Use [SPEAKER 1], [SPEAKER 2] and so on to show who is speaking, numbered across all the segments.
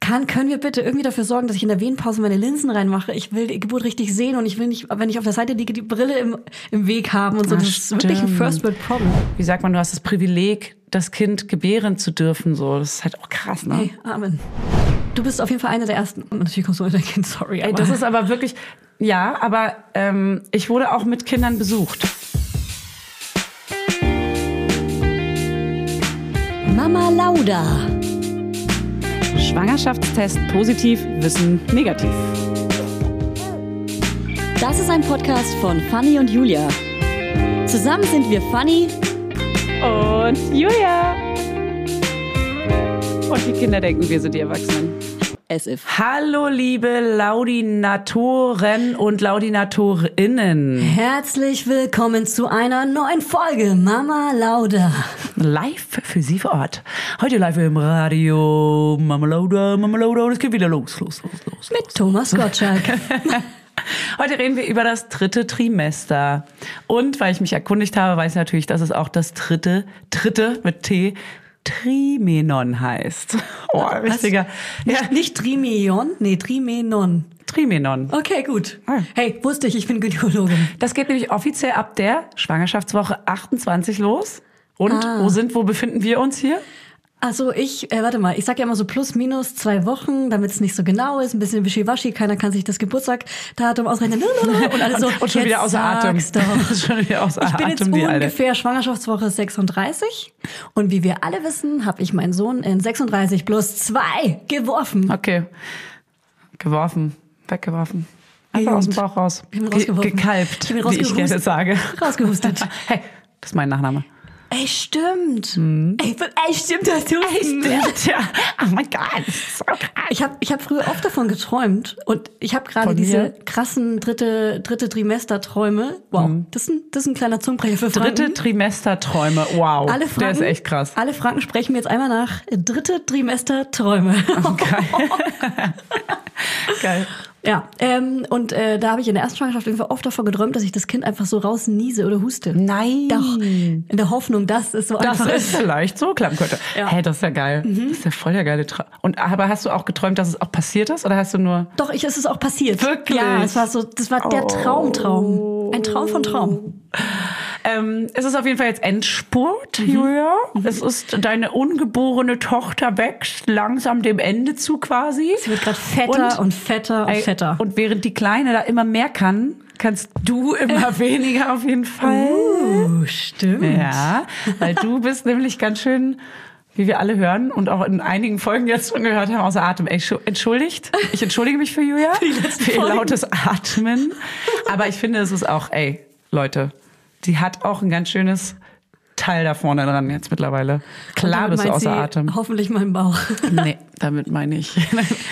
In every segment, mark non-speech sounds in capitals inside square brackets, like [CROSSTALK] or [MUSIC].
[SPEAKER 1] kann, können wir bitte irgendwie dafür sorgen, dass ich in der Wehenpause meine Linsen reinmache? Ich will die Geburt richtig sehen und ich will nicht, wenn ich auf der Seite liege, die Brille im, im Weg haben und so.
[SPEAKER 2] Ah,
[SPEAKER 1] Das ist wirklich ein
[SPEAKER 2] stimmt.
[SPEAKER 1] First World Problem.
[SPEAKER 2] Wie sagt man, du hast das Privileg, das Kind gebären zu dürfen. So, das ist halt auch krass, ne?
[SPEAKER 1] Hey, Amen. Du bist auf jeden Fall einer der ersten. Und natürlich kommst du mit deinem Kind, sorry.
[SPEAKER 2] Ey,
[SPEAKER 1] aber-
[SPEAKER 2] das ist aber wirklich, ja, aber ähm, ich wurde auch mit Kindern besucht.
[SPEAKER 1] Mama Lauda.
[SPEAKER 2] Schwangerschaftstest positiv, Wissen negativ.
[SPEAKER 3] Das ist ein Podcast von Fanny und Julia. Zusammen sind wir Fanny
[SPEAKER 2] Und Julia. Und die Kinder denken, wir sind die Erwachsenen.
[SPEAKER 3] as if.
[SPEAKER 2] Hallo, liebe Laudinatoren und Laudinatorinnen.
[SPEAKER 1] Herzlich willkommen zu einer neuen Folge Mama Lauda.
[SPEAKER 2] Live für Sie vor Ort. Heute live im Radio. Mama Lauda, Mama Lauda. Und es geht wieder los, los, los, los.
[SPEAKER 1] Mit Thomas
[SPEAKER 2] [LAUGHS]
[SPEAKER 1] Gottschalk.
[SPEAKER 2] Heute reden wir über das dritte Trimester. Und weil ich mich erkundigt habe, weiß ich natürlich, dass es auch das dritte, dritte mit T, Trimenon heißt. [LAUGHS] Oh, richtiger. Ja,
[SPEAKER 1] nicht, nicht Trimenon, nee, Trimenon.
[SPEAKER 2] Trimenon.
[SPEAKER 1] Okay, gut.
[SPEAKER 2] Ah.
[SPEAKER 1] Hey, wusste ich, ich bin Gynäkologin.
[SPEAKER 2] Das geht nämlich offiziell ab der Schwangerschaftswoche 28 los. Und
[SPEAKER 1] Ah.
[SPEAKER 2] wo sind, wo befinden wir uns hier?
[SPEAKER 1] Also ich, äh, warte mal, ich sage ja immer so plus minus zwei Wochen, damit es nicht so genau ist, ein bisschen wischiwaschi, keiner kann sich das Geburtstagdatum ausrechnen. [LAUGHS] Und alles so,
[SPEAKER 2] und schon wieder
[SPEAKER 1] jetzt
[SPEAKER 2] außer Atem.
[SPEAKER 1] sag's Doch.
[SPEAKER 2] [LAUGHS] schon wieder außer
[SPEAKER 1] Ich bin jetzt
[SPEAKER 2] Atem, die Alte.
[SPEAKER 1] ungefähr Schwangerschaftswoche 36 und wie wir alle wissen, habe ich meinen Sohn in 36 plus 2 geworfen.
[SPEAKER 2] Okay. Geworfen. Weggeworfen. Einfach
[SPEAKER 1] Gegend.
[SPEAKER 2] aus dem Bauch raus.
[SPEAKER 1] Ich bin
[SPEAKER 2] Ge-
[SPEAKER 1] rausgeworfen.
[SPEAKER 2] Gekalbt,
[SPEAKER 1] Ich bin
[SPEAKER 2] wie ich
[SPEAKER 1] rausgehustet.
[SPEAKER 2] gerne sage.
[SPEAKER 1] Rausgehustet.
[SPEAKER 2] hey, das ist mein Nachname.
[SPEAKER 1] [LAUGHS] Ey, stimmt. Ey, ey, stimmt, das tust
[SPEAKER 2] ja. Oh mein Gott. So krass.
[SPEAKER 1] Ich habe ich hab früher oft davon geträumt und ich habe gerade
[SPEAKER 2] Von
[SPEAKER 1] diese
[SPEAKER 2] mir?
[SPEAKER 1] krassen dritte, dritte Trimester-Träume. Wow, das, ist ein, das ist ein kleiner Zungenbrecher für Franken.
[SPEAKER 2] Mhm. Dritte Trimesterträume. Wow.
[SPEAKER 1] alle
[SPEAKER 2] Der
[SPEAKER 1] Franken,
[SPEAKER 2] ist echt krass.
[SPEAKER 1] Alle Franken sprechen mir jetzt einmal nach äh, dritte
[SPEAKER 2] [LAUGHS]
[SPEAKER 1] Trimester-Träume. Oh
[SPEAKER 2] Geil.
[SPEAKER 1] ja, ähm, und äh, da habe ich in der ersten Schwangerschaft irgendwie oft davon geträumt, dass ich das Kind einfach so rausniese oder huste.
[SPEAKER 2] Nein.
[SPEAKER 1] Doch, in der Hoffnung, dass es so
[SPEAKER 2] Das
[SPEAKER 1] einfach
[SPEAKER 2] ist
[SPEAKER 1] ist.
[SPEAKER 2] vielleicht so klappen könnte.
[SPEAKER 1] Ja.
[SPEAKER 2] Hey, das ist ja Mhm. geil. Das ist ja voll der geile Traum. Und aber hast du auch geträumt, dass es auch passiert ist? Oder hast du nur.
[SPEAKER 1] Doch, ich, es ist auch passiert.
[SPEAKER 2] Wirklich? Oh.
[SPEAKER 1] Ja, es war so, das war der Traumtraum. Ein Traum von Traum.
[SPEAKER 2] Ähm, es ist auf jeden Fall jetzt Endspurt, Julia. Es ist deine ungeborene Tochter wächst langsam dem Ende zu quasi.
[SPEAKER 1] Sie wird gerade fetter und, fetter und
[SPEAKER 2] Ey,
[SPEAKER 1] fetter.
[SPEAKER 2] Und während die Kleine da immer mehr kann, kannst du [LAUGHS] immer weniger auf jeden Fall.
[SPEAKER 1] Oh, stimmt.
[SPEAKER 2] Ja, weil du bist nämlich ganz schön, wie wir alle hören und auch in einigen Folgen jetzt schon gehört haben, außer Atem. Ey, schu- entschuldigt. Ich entschuldige mich für Julia, für ihr lautes Atmen. Aber ich finde, es ist auch, ey, Leute, die hat auch ein ganz schönes Teil da vorne dran jetzt mittlerweile. Klar
[SPEAKER 1] Und damit
[SPEAKER 2] bist du
[SPEAKER 1] meint
[SPEAKER 2] außer
[SPEAKER 1] sie
[SPEAKER 2] Atem.
[SPEAKER 1] Hoffentlich meinen Bauch. [LAUGHS]
[SPEAKER 2] Nee, damit meine ich.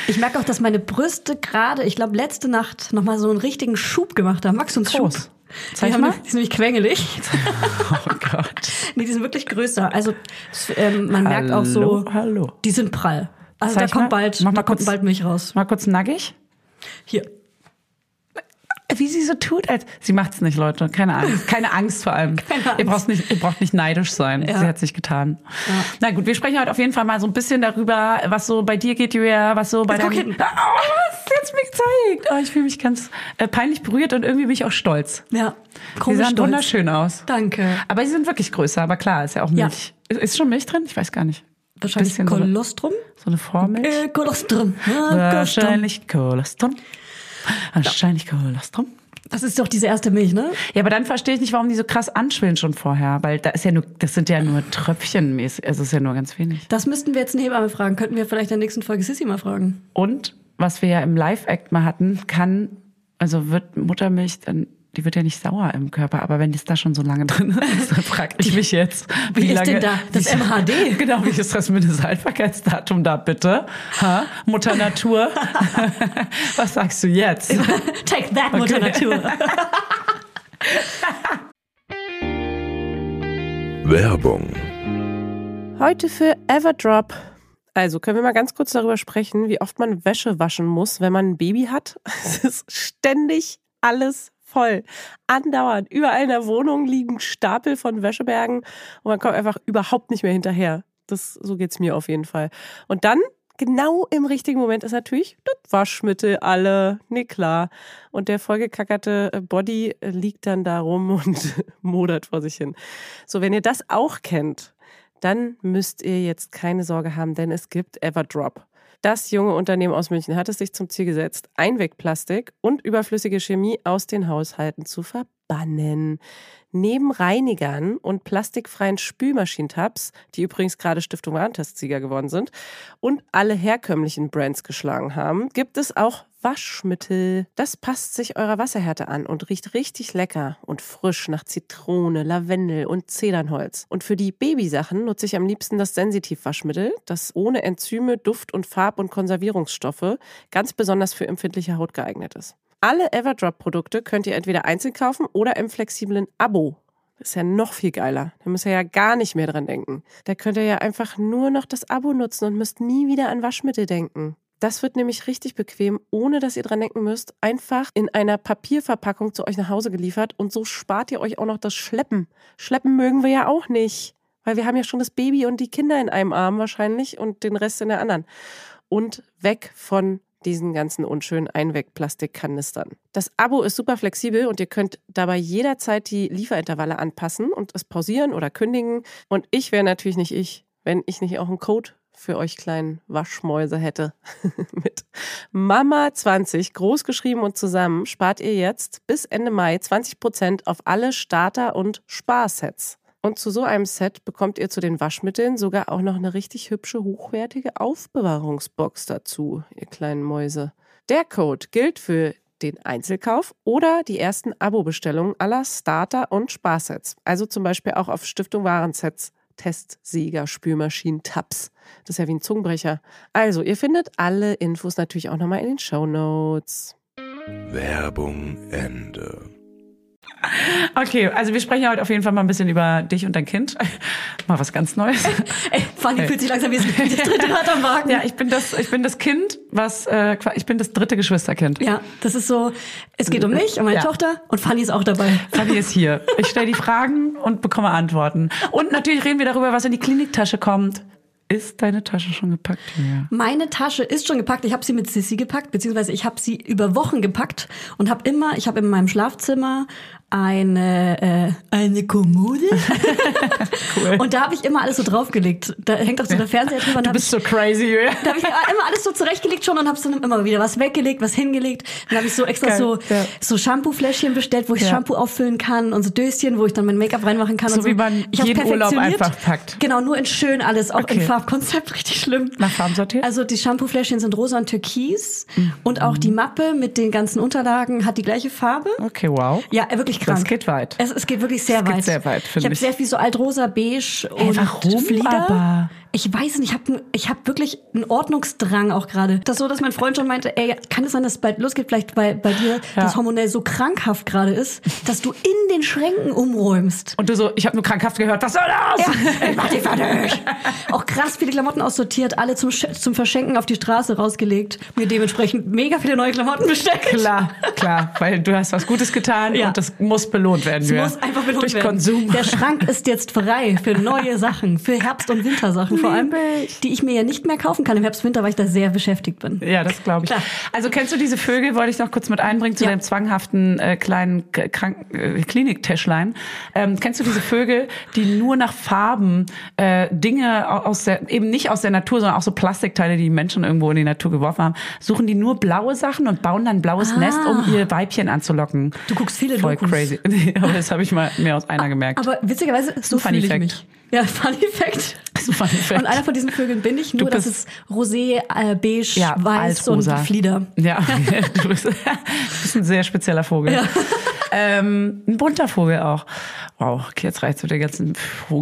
[SPEAKER 1] Ich merke auch, dass meine Brüste gerade, ich glaube, letzte Nacht nochmal so einen richtigen Schub gemacht haben. Wachstumsschub.
[SPEAKER 2] Groß. Zeig
[SPEAKER 1] die, haben,
[SPEAKER 2] mal.
[SPEAKER 1] die sind nämlich quengelig.
[SPEAKER 2] [LAUGHS]
[SPEAKER 1] [LAUGHS]
[SPEAKER 2] Oh Gott.
[SPEAKER 1] Nee, die sind wirklich größer. Also es, ähm, man merkt auch
[SPEAKER 2] Hallo,
[SPEAKER 1] so,
[SPEAKER 2] hallo.
[SPEAKER 1] die sind prall. Also
[SPEAKER 2] Zeig
[SPEAKER 1] da kommt
[SPEAKER 2] mal.
[SPEAKER 1] bald,
[SPEAKER 2] Mach mal
[SPEAKER 1] da kommt
[SPEAKER 2] kurz.
[SPEAKER 1] bald Milch raus.
[SPEAKER 2] Mal kurz nackig.
[SPEAKER 1] Hier.
[SPEAKER 2] Wie sie so tut, als sie macht's nicht, Leute. Keine Angst. Keine Angst vor
[SPEAKER 1] [LAUGHS]
[SPEAKER 2] allem.
[SPEAKER 1] Keine
[SPEAKER 2] Ihr
[SPEAKER 1] Angst.
[SPEAKER 2] braucht nicht, ihr braucht nicht neidisch sein.
[SPEAKER 1] Ja.
[SPEAKER 2] Sie hat's nicht getan. Na gut, wir sprechen heute auf jeden Fall mal so ein bisschen darüber, was so bei dir geht, Julia, was so bei
[SPEAKER 1] Jetzt guck
[SPEAKER 2] deinem.
[SPEAKER 1] hin.
[SPEAKER 2] Oh, was jetzt mir gezeigt. Oh, ich fühle mich ganz äh, peinlich berührt und irgendwie bin ich auch stolz.
[SPEAKER 1] Ja.
[SPEAKER 2] sie
[SPEAKER 1] Komisch
[SPEAKER 2] sahen
[SPEAKER 1] stolz.
[SPEAKER 2] wunderschön aus.
[SPEAKER 1] Danke.
[SPEAKER 2] Aber sie sind wirklich größer. Aber klar, ist ja auch
[SPEAKER 1] Ja.
[SPEAKER 2] Milch. Ist- Ist schon Milch drin? Ich weiß gar nicht.
[SPEAKER 1] Wahrscheinlich
[SPEAKER 2] Bisschen so eine,
[SPEAKER 1] Kolostrum.
[SPEAKER 2] so eine Formel.
[SPEAKER 1] Äh, Kolostrum. Ja, Kolostrum.
[SPEAKER 2] Wahrscheinlich Kolostrum. Wahrscheinlich Kolostrum.
[SPEAKER 1] Das ist doch diese erste Milch, ne?
[SPEAKER 2] Ja, aber dann verstehe ich nicht, warum die so krass anschwillen schon vorher, weil da ist ja nur, das sind ja nur Tröpfchenmäßig, also es ist ja nur ganz wenig.
[SPEAKER 1] Das müssten wir jetzt eine Hebamme fragen. Könnten wir vielleicht in der nächsten Folge Sissi mal fragen.
[SPEAKER 2] Und was wir ja im Live-Act mal hatten, kann, also wird Muttermilch dann, die wird ja nicht sauer im Körper, aber wenn das da schon so lange [LAUGHS] drin ist, dann frage ich mich jetzt, wie,
[SPEAKER 1] Wie ist
[SPEAKER 2] lange
[SPEAKER 1] denn
[SPEAKER 2] [LAUGHS]
[SPEAKER 1] da das
[SPEAKER 2] wie-
[SPEAKER 1] MHD?
[SPEAKER 2] Genau, wie ist das Mindesthaltbarkeitsdatum da bitte? Ha?
[SPEAKER 1] [LAUGHS]
[SPEAKER 2] Mutter Natur, was sagst du jetzt?
[SPEAKER 1] [LAUGHS] Take that, Mutter Natur.
[SPEAKER 4] Werbung.
[SPEAKER 5] Heute für Everdrop. Also können wir mal ganz kurz darüber sprechen, wie oft man Wäsche waschen muss, wenn man ein Baby hat. [LAUGHS] Es ist ständig alles voll. Andauernd. Überall in der Wohnung liegen Stapel von Wäschebergen und man kommt einfach überhaupt nicht mehr hinterher. Das, so geht's mir auf jeden Fall. Und dann genau im richtigen Moment ist natürlich das Waschmittel alle. Nee, klar. Und der vollgekackerte äh, Body äh, liegt dann da rum [LAUGHS] und modert vor sich hin. So, wenn ihr das auch kennt, dann müsst ihr jetzt keine Sorge haben, denn es gibt Everdrop. Das junge Unternehmen aus München hat es sich zum Ziel gesetzt, Einwegplastik und überflüssige Chemie aus den Haushalten zu verbannen. Neben Reinigern und plastikfreien Spülmaschinentabs, die übrigens gerade Stiftung Warentestsieger geworden sind, und alle herkömmlichen Brands geschlagen haben, gibt es auch Waschmittel. Das passt sich eurer Wasserhärte an und riecht richtig lecker und frisch nach Zitrone, Lavendel und Zedernholz. Und für die Babysachen nutze ich am liebsten das Sensitivwaschmittel, das ohne Enzyme, Duft und Farb- und Konservierungsstoffe ganz besonders für empfindliche Haut geeignet ist. Alle Everdrop-Produkte könnt ihr entweder einzeln kaufen oder im flexiblen Abo. Das ist ja noch viel geiler. Da müsst ihr ja gar nicht mehr dran denken. Da könnt ihr ja einfach nur noch das Abo nutzen und müsst nie wieder an Waschmittel denken. Das wird nämlich richtig bequem, ohne dass ihr dran denken müsst, einfach in einer Papierverpackung zu euch nach Hause geliefert und so spart ihr euch auch noch das Schleppen. Schleppen mögen wir ja auch nicht, weil wir haben ja schon das Baby und die Kinder in einem Arm wahrscheinlich und den Rest in der anderen. Und weg von diesen ganzen unschönen Einwegplastikkanistern. Das Abo ist super flexibel und ihr könnt dabei jederzeit die Lieferintervalle anpassen und es pausieren oder kündigen. Und ich wäre natürlich nicht ich, wenn ich nicht auch einen Code für euch kleinen Waschmäuse hätte. [LAUGHS] Mit Mama20 großgeschrieben und zusammen spart ihr jetzt bis Ende Mai 20% auf alle Starter- und Sparsets. Und zu so einem Set bekommt ihr zu den Waschmitteln sogar auch noch eine richtig hübsche, hochwertige Aufbewahrungsbox dazu, ihr kleinen Mäuse. Der Code gilt für den Einzelkauf oder die ersten Abo-Bestellungen aller Starter- und Sparsets. Also zum Beispiel auch auf Stiftung Warensets Testsieger, Spülmaschinen, Tabs. Das ist ja wie ein Zungenbrecher. Also, ihr findet alle Infos natürlich auch nochmal in den Show Notes.
[SPEAKER 4] Werbung Ende.
[SPEAKER 2] Okay, also wir sprechen ja heute auf jeden Fall mal ein bisschen über dich und dein Kind. Mal was ganz Neues.
[SPEAKER 1] [LAUGHS] Ey, Fanny
[SPEAKER 2] Ey.
[SPEAKER 1] fühlt sich langsam wie das wie das [LAUGHS] dritte Rad am Wagen.
[SPEAKER 2] Ja, ich bin das, ich bin das Kind, was, äh, qua- ich bin das dritte Geschwisterkind.
[SPEAKER 1] Ja, das ist so, es geht um mich, um meine
[SPEAKER 2] Ja.
[SPEAKER 1] Tochter und Fanny ist auch dabei.
[SPEAKER 2] Fabi ist hier. Ich stelle die Fragen und bekomme Antworten. Und natürlich reden wir darüber, was in die Kliniktasche kommt. Ist deine Tasche schon gepackt? Ja.
[SPEAKER 1] Meine Tasche ist schon gepackt. Ich habe sie mit Sissi gepackt, beziehungsweise ich habe sie über Wochen gepackt und habe immer, ich habe in meinem Schlafzimmer eine äh, eine Kommode
[SPEAKER 2] [LAUGHS] Cool.
[SPEAKER 1] und da habe ich immer alles so draufgelegt. Da hängt auch so der Fernseher drüber. und da
[SPEAKER 2] Du
[SPEAKER 1] hab
[SPEAKER 2] bist so crazy, Julia.
[SPEAKER 1] Da habe ich immer alles so zurechtgelegt schon und habe dann immer wieder was weggelegt, was hingelegt. Dann habe ich so extra
[SPEAKER 2] Geil,
[SPEAKER 1] so,
[SPEAKER 2] ja.
[SPEAKER 1] so Shampoo-Fläschchen bestellt, wo ich
[SPEAKER 2] Ja.
[SPEAKER 1] Shampoo auffüllen kann und so Döschen, wo ich dann mein Make-up reinmachen kann.
[SPEAKER 2] So
[SPEAKER 1] und so.
[SPEAKER 2] wie man
[SPEAKER 1] ich hab's
[SPEAKER 2] jeden Urlaub
[SPEAKER 1] perfektioniert.
[SPEAKER 2] einfach packt.
[SPEAKER 1] Genau, nur in schön alles, auch
[SPEAKER 2] Okay.
[SPEAKER 1] in Farbkonzept, [LAUGHS] richtig schlimm.
[SPEAKER 2] Nach Farben sortiert? Mhm.
[SPEAKER 1] Also die Shampoo-Fläschchen sind rosa und türkis und auch die Mappe mit den ganzen Unterlagen hat die gleiche Farbe.
[SPEAKER 2] Okay, wow.
[SPEAKER 1] Ja, wirklich krank.
[SPEAKER 2] Das geht weit.
[SPEAKER 1] Es, es geht wirklich sehr
[SPEAKER 2] Es geht
[SPEAKER 1] weit.
[SPEAKER 2] sehr weit,
[SPEAKER 1] ich
[SPEAKER 2] finde
[SPEAKER 1] habe
[SPEAKER 2] ich.
[SPEAKER 1] sehr viel so altrosa, beige und
[SPEAKER 2] warum
[SPEAKER 1] Flieder.
[SPEAKER 2] aber?
[SPEAKER 1] Ich weiß nicht, ich habe ich hab wirklich einen Ordnungsdrang auch gerade. Das ist so, dass mein Freund schon meinte, ey, kann es sein, dass es bald losgeht, vielleicht bei, bei dir das hormonell so krankhaft gerade ist, dass du in den Schränken umräumst.
[SPEAKER 2] Und du so, ich habe nur krankhaft gehört, was soll das?
[SPEAKER 1] Ich mach die fertig. Auch krass viele Klamotten aussortiert, alle zum, Sch- zum Verschenken auf die Straße rausgelegt, mir dementsprechend mega viele neue Klamotten bestellt.
[SPEAKER 2] Klar, klar, weil du hast was Gutes getan
[SPEAKER 1] Ja.
[SPEAKER 2] und das muss belohnt werden.
[SPEAKER 1] Es
[SPEAKER 2] Julia.
[SPEAKER 1] muss einfach belohnt
[SPEAKER 2] Durch
[SPEAKER 1] werden.
[SPEAKER 2] Konsum.
[SPEAKER 1] Der Schrank ist jetzt frei für neue Sachen, für Herbst- und Wintersachen vor allem,
[SPEAKER 2] Liebig.
[SPEAKER 1] die ich mir ja nicht mehr kaufen kann im Herbst und Winter, weil ich da sehr beschäftigt bin.
[SPEAKER 2] Ja, das glaube ich.
[SPEAKER 1] Klar.
[SPEAKER 2] Also kennst du diese Vögel, wollte ich noch kurz mit einbringen, zu
[SPEAKER 1] Ja.
[SPEAKER 2] deinem zwanghaften äh, kleinen K- Krank äh, Kliniktäschlein. Ähm, kennst du diese Vögel, die nur nach Farben äh, Dinge au- aus der, eben nicht aus der Natur, sondern auch so Plastikteile, die die Menschen irgendwo in die Natur geworfen haben, suchen die nur blaue Sachen und bauen dann ein blaues Nest, um ihr Weibchen anzulocken.
[SPEAKER 1] Ah. Du guckst viele
[SPEAKER 2] Voll
[SPEAKER 1] Dokus.
[SPEAKER 2] crazy. [LAUGHS] Nee, Aber das habe ich mal mehr aus einer gemerkt. [LAUGHS]
[SPEAKER 1] Aber witzigerweise, so
[SPEAKER 2] Funny
[SPEAKER 1] fühle ich
[SPEAKER 2] Fact.
[SPEAKER 1] mich. Ja, [LAUGHS] Funny Fact.
[SPEAKER 2] So Fun Fact.
[SPEAKER 1] Und einer von diesen Vögeln bin ich, nur dass es
[SPEAKER 2] bist-
[SPEAKER 1] Rosé, äh, Beige,
[SPEAKER 2] ja,
[SPEAKER 1] Weiß
[SPEAKER 2] altrosa.
[SPEAKER 1] und Flieder.
[SPEAKER 2] Ja, [LAUGHS] du bist, du bist ein sehr spezieller Vogel. Ähm, ein bunter Vogel auch. Wow, okay, jetzt reicht's mit den ganzen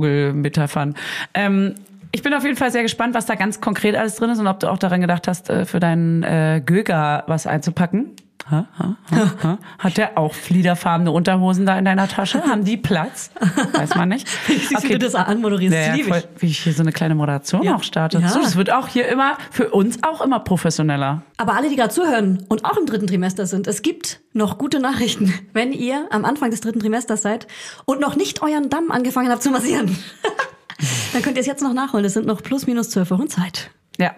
[SPEAKER 2] Vogelmetaphern. Ähm, ich bin auf jeden Fall sehr gespannt, was da ganz konkret alles drin ist und ob du auch daran gedacht hast, äh, für deinen äh, Göger was einzupacken. Ha, ha, ha, ha. Hat der auch fliederfarbene Unterhosen da in deiner Tasche? Haben die Platz? Weiß man nicht.
[SPEAKER 1] [LAUGHS] [LAUGHS] Siehst du, wie du das anmoderierst?
[SPEAKER 2] Ja,
[SPEAKER 1] Das
[SPEAKER 2] ja,
[SPEAKER 1] liebe
[SPEAKER 2] voll,
[SPEAKER 1] ich.
[SPEAKER 2] wie ich hier so eine kleine Moderation auch starte.
[SPEAKER 1] Ja.
[SPEAKER 2] So, das wird auch hier immer für uns auch immer professioneller.
[SPEAKER 1] Aber alle, die gerade zuhören und auch im dritten Trimester sind, es gibt noch gute Nachrichten, [LAUGHS] wenn ihr am Anfang des dritten Trimesters seid und noch nicht euren Damm angefangen habt zu [LAUGHS] massieren. Dann könnt ihr es jetzt noch nachholen. Es sind noch plus minus zwölf Wochen Zeit.
[SPEAKER 2] Ja.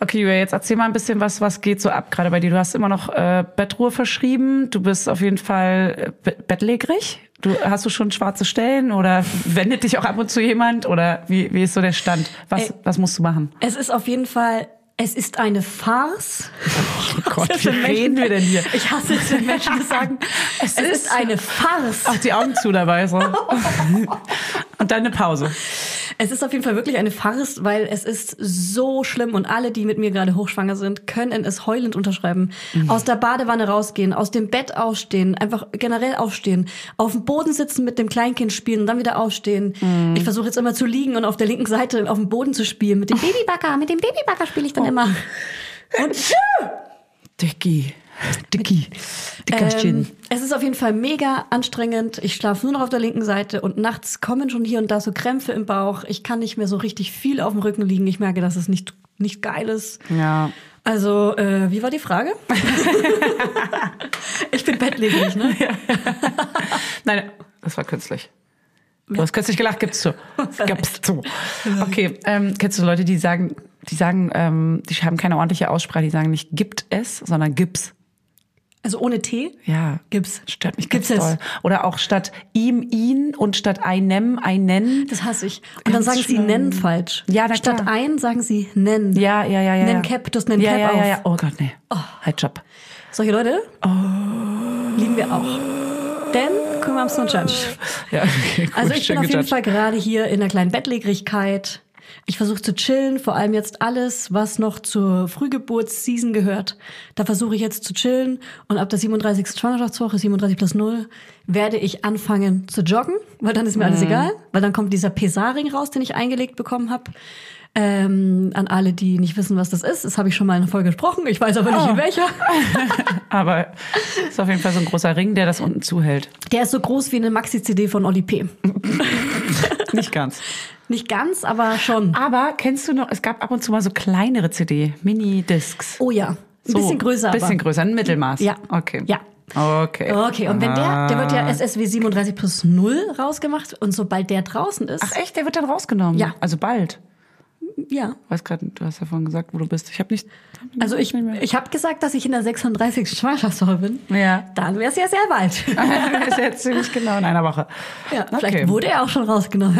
[SPEAKER 2] Okay, Julia, jetzt erzähl mal ein bisschen was, was geht so ab gerade bei dir. Du hast immer noch äh, Bettruhe verschrieben. Du bist auf jeden Fall äh, be- bettlägerig. Du, hast du schon schwarze Stellen oder wendet dich auch ab und zu jemand oder wie, wie ist so der Stand? Was,
[SPEAKER 1] Ey.
[SPEAKER 2] was musst du machen?
[SPEAKER 1] Es ist auf jeden Fall, es ist eine Farce.
[SPEAKER 2] Oh
[SPEAKER 1] [LAUGHS]
[SPEAKER 2] Gott, wie reden wir denn hier?
[SPEAKER 1] Ich hasse es, wenn Menschen das
[SPEAKER 2] [LAUGHS]
[SPEAKER 1] sagen. Es, ist, eine Farce.
[SPEAKER 2] Auch die Augen zu dabei so. und dann eine Pause.
[SPEAKER 1] Es ist auf jeden Fall wirklich eine Farce, weil es ist so schlimm und alle, die mit mir gerade hochschwanger sind, können es heulend unterschreiben. Aus der Badewanne rausgehen, aus dem Bett aufstehen, einfach generell aufstehen, auf dem Boden sitzen mit dem Kleinkind spielen und dann wieder aufstehen. Ich versuche jetzt immer zu liegen und auf der linken Seite auf dem Boden zu spielen mit dem Babybagger. Mit dem Babybagger spiele ich dann immer.
[SPEAKER 2] Dicky. Dicky.
[SPEAKER 1] Ähm, es ist auf jeden Fall mega anstrengend. Ich schlafe nur noch auf der linken Seite und nachts kommen schon hier und da so Krämpfe im Bauch. Ich kann nicht mehr so richtig viel auf dem Rücken liegen. Ich merke, dass es nicht, nicht geil ist.
[SPEAKER 2] Ja.
[SPEAKER 1] Also, äh, wie war die Frage? [LAUGHS] ich bin bettlägerig, ne?
[SPEAKER 2] Nein, das war künstlich. Du hast künstlich gelacht,
[SPEAKER 1] [LAUGHS]
[SPEAKER 2] gibst du. Gibst du. Okay, ähm, kennst du Leute, die sagen, die sagen, ähm, die haben keine ordentliche Aussprache, die sagen nicht gibt es, sondern gips.
[SPEAKER 1] Also ohne Tee?
[SPEAKER 2] Ja.
[SPEAKER 1] Gips.
[SPEAKER 2] Stört mich ganz
[SPEAKER 1] Gips es.
[SPEAKER 2] doll. Oder auch statt ihm, ihn und statt einem, einen.
[SPEAKER 1] Das hasse ich. Und dann
[SPEAKER 2] Ganz
[SPEAKER 1] sagen sie
[SPEAKER 2] schlimm.
[SPEAKER 1] nennen falsch.
[SPEAKER 2] Ja, na
[SPEAKER 1] Statt
[SPEAKER 2] klar.
[SPEAKER 1] ein sagen sie nennen.
[SPEAKER 2] Ja, ja, ja, ja.
[SPEAKER 1] Nenn
[SPEAKER 2] ja.
[SPEAKER 1] Cap, du hast nen
[SPEAKER 2] ja,
[SPEAKER 1] Cap
[SPEAKER 2] ja,
[SPEAKER 1] auf.
[SPEAKER 2] Ja, ja, oh Gott, nee. Halt, Job.
[SPEAKER 1] Solche Leute lieben wir auch. Denn, können wir am Snowjudge.
[SPEAKER 2] Ja, okay, gut,
[SPEAKER 1] Also ich
[SPEAKER 2] schön
[SPEAKER 1] bin auf jeden
[SPEAKER 2] gejudged.
[SPEAKER 1] Fall gerade hier in einer kleinen Bettlägerigkeit. Ich versuche zu chillen, vor allem jetzt alles, was noch zur Frühgeburtsseason gehört. Da versuche ich jetzt zu chillen und ab der 37. Schwangerschaftswoche, 37 plus 0, werde ich anfangen zu joggen, weil dann ist mir
[SPEAKER 2] Mhm.
[SPEAKER 1] alles egal, weil dann kommt dieser Pesaring raus, den ich eingelegt bekommen habe. Ähm, an alle, die nicht wissen, was das ist, das habe ich schon mal in einer Folge gesprochen, ich weiß aber nicht
[SPEAKER 2] Oh.
[SPEAKER 1] in welcher.
[SPEAKER 2] Aber ist auf jeden Fall so ein großer Ring, der das unten zuhält.
[SPEAKER 1] Der ist so groß wie eine Maxi-CD von Oli P.
[SPEAKER 2] Nicht ganz.
[SPEAKER 1] Nicht ganz, aber schon.
[SPEAKER 2] Aber kennst du noch, es gab ab und zu mal so kleinere CD, Mini-Discs.
[SPEAKER 1] Oh ja, ein
[SPEAKER 2] So,
[SPEAKER 1] bisschen größer. aber.
[SPEAKER 2] Bisschen größer, ein Mittelmaß.
[SPEAKER 1] Ja.
[SPEAKER 2] Okay.
[SPEAKER 1] Ja.
[SPEAKER 2] Okay.
[SPEAKER 1] Okay, und wenn der, der wird ja
[SPEAKER 2] Ah.
[SPEAKER 1] SSW 37 plus 0 rausgemacht und sobald der draußen ist,
[SPEAKER 2] Ach echt, der wird dann rausgenommen?
[SPEAKER 1] Ja.
[SPEAKER 2] Also bald.
[SPEAKER 1] ja.
[SPEAKER 2] Weiß gerade, du hast ja vorhin gesagt, wo du bist. Ich habe nicht...
[SPEAKER 1] Also ich, ich habe gesagt, dass ich in der 36. Schwangerschaftswoche bin.
[SPEAKER 2] Ja. [LAUGHS]
[SPEAKER 1] Dann wäre es ja sehr bald.
[SPEAKER 2] Ah, ist jetzt ziemlich genau in einer Woche.
[SPEAKER 1] ja, Vielleicht wurde er auch schon rausgenommen.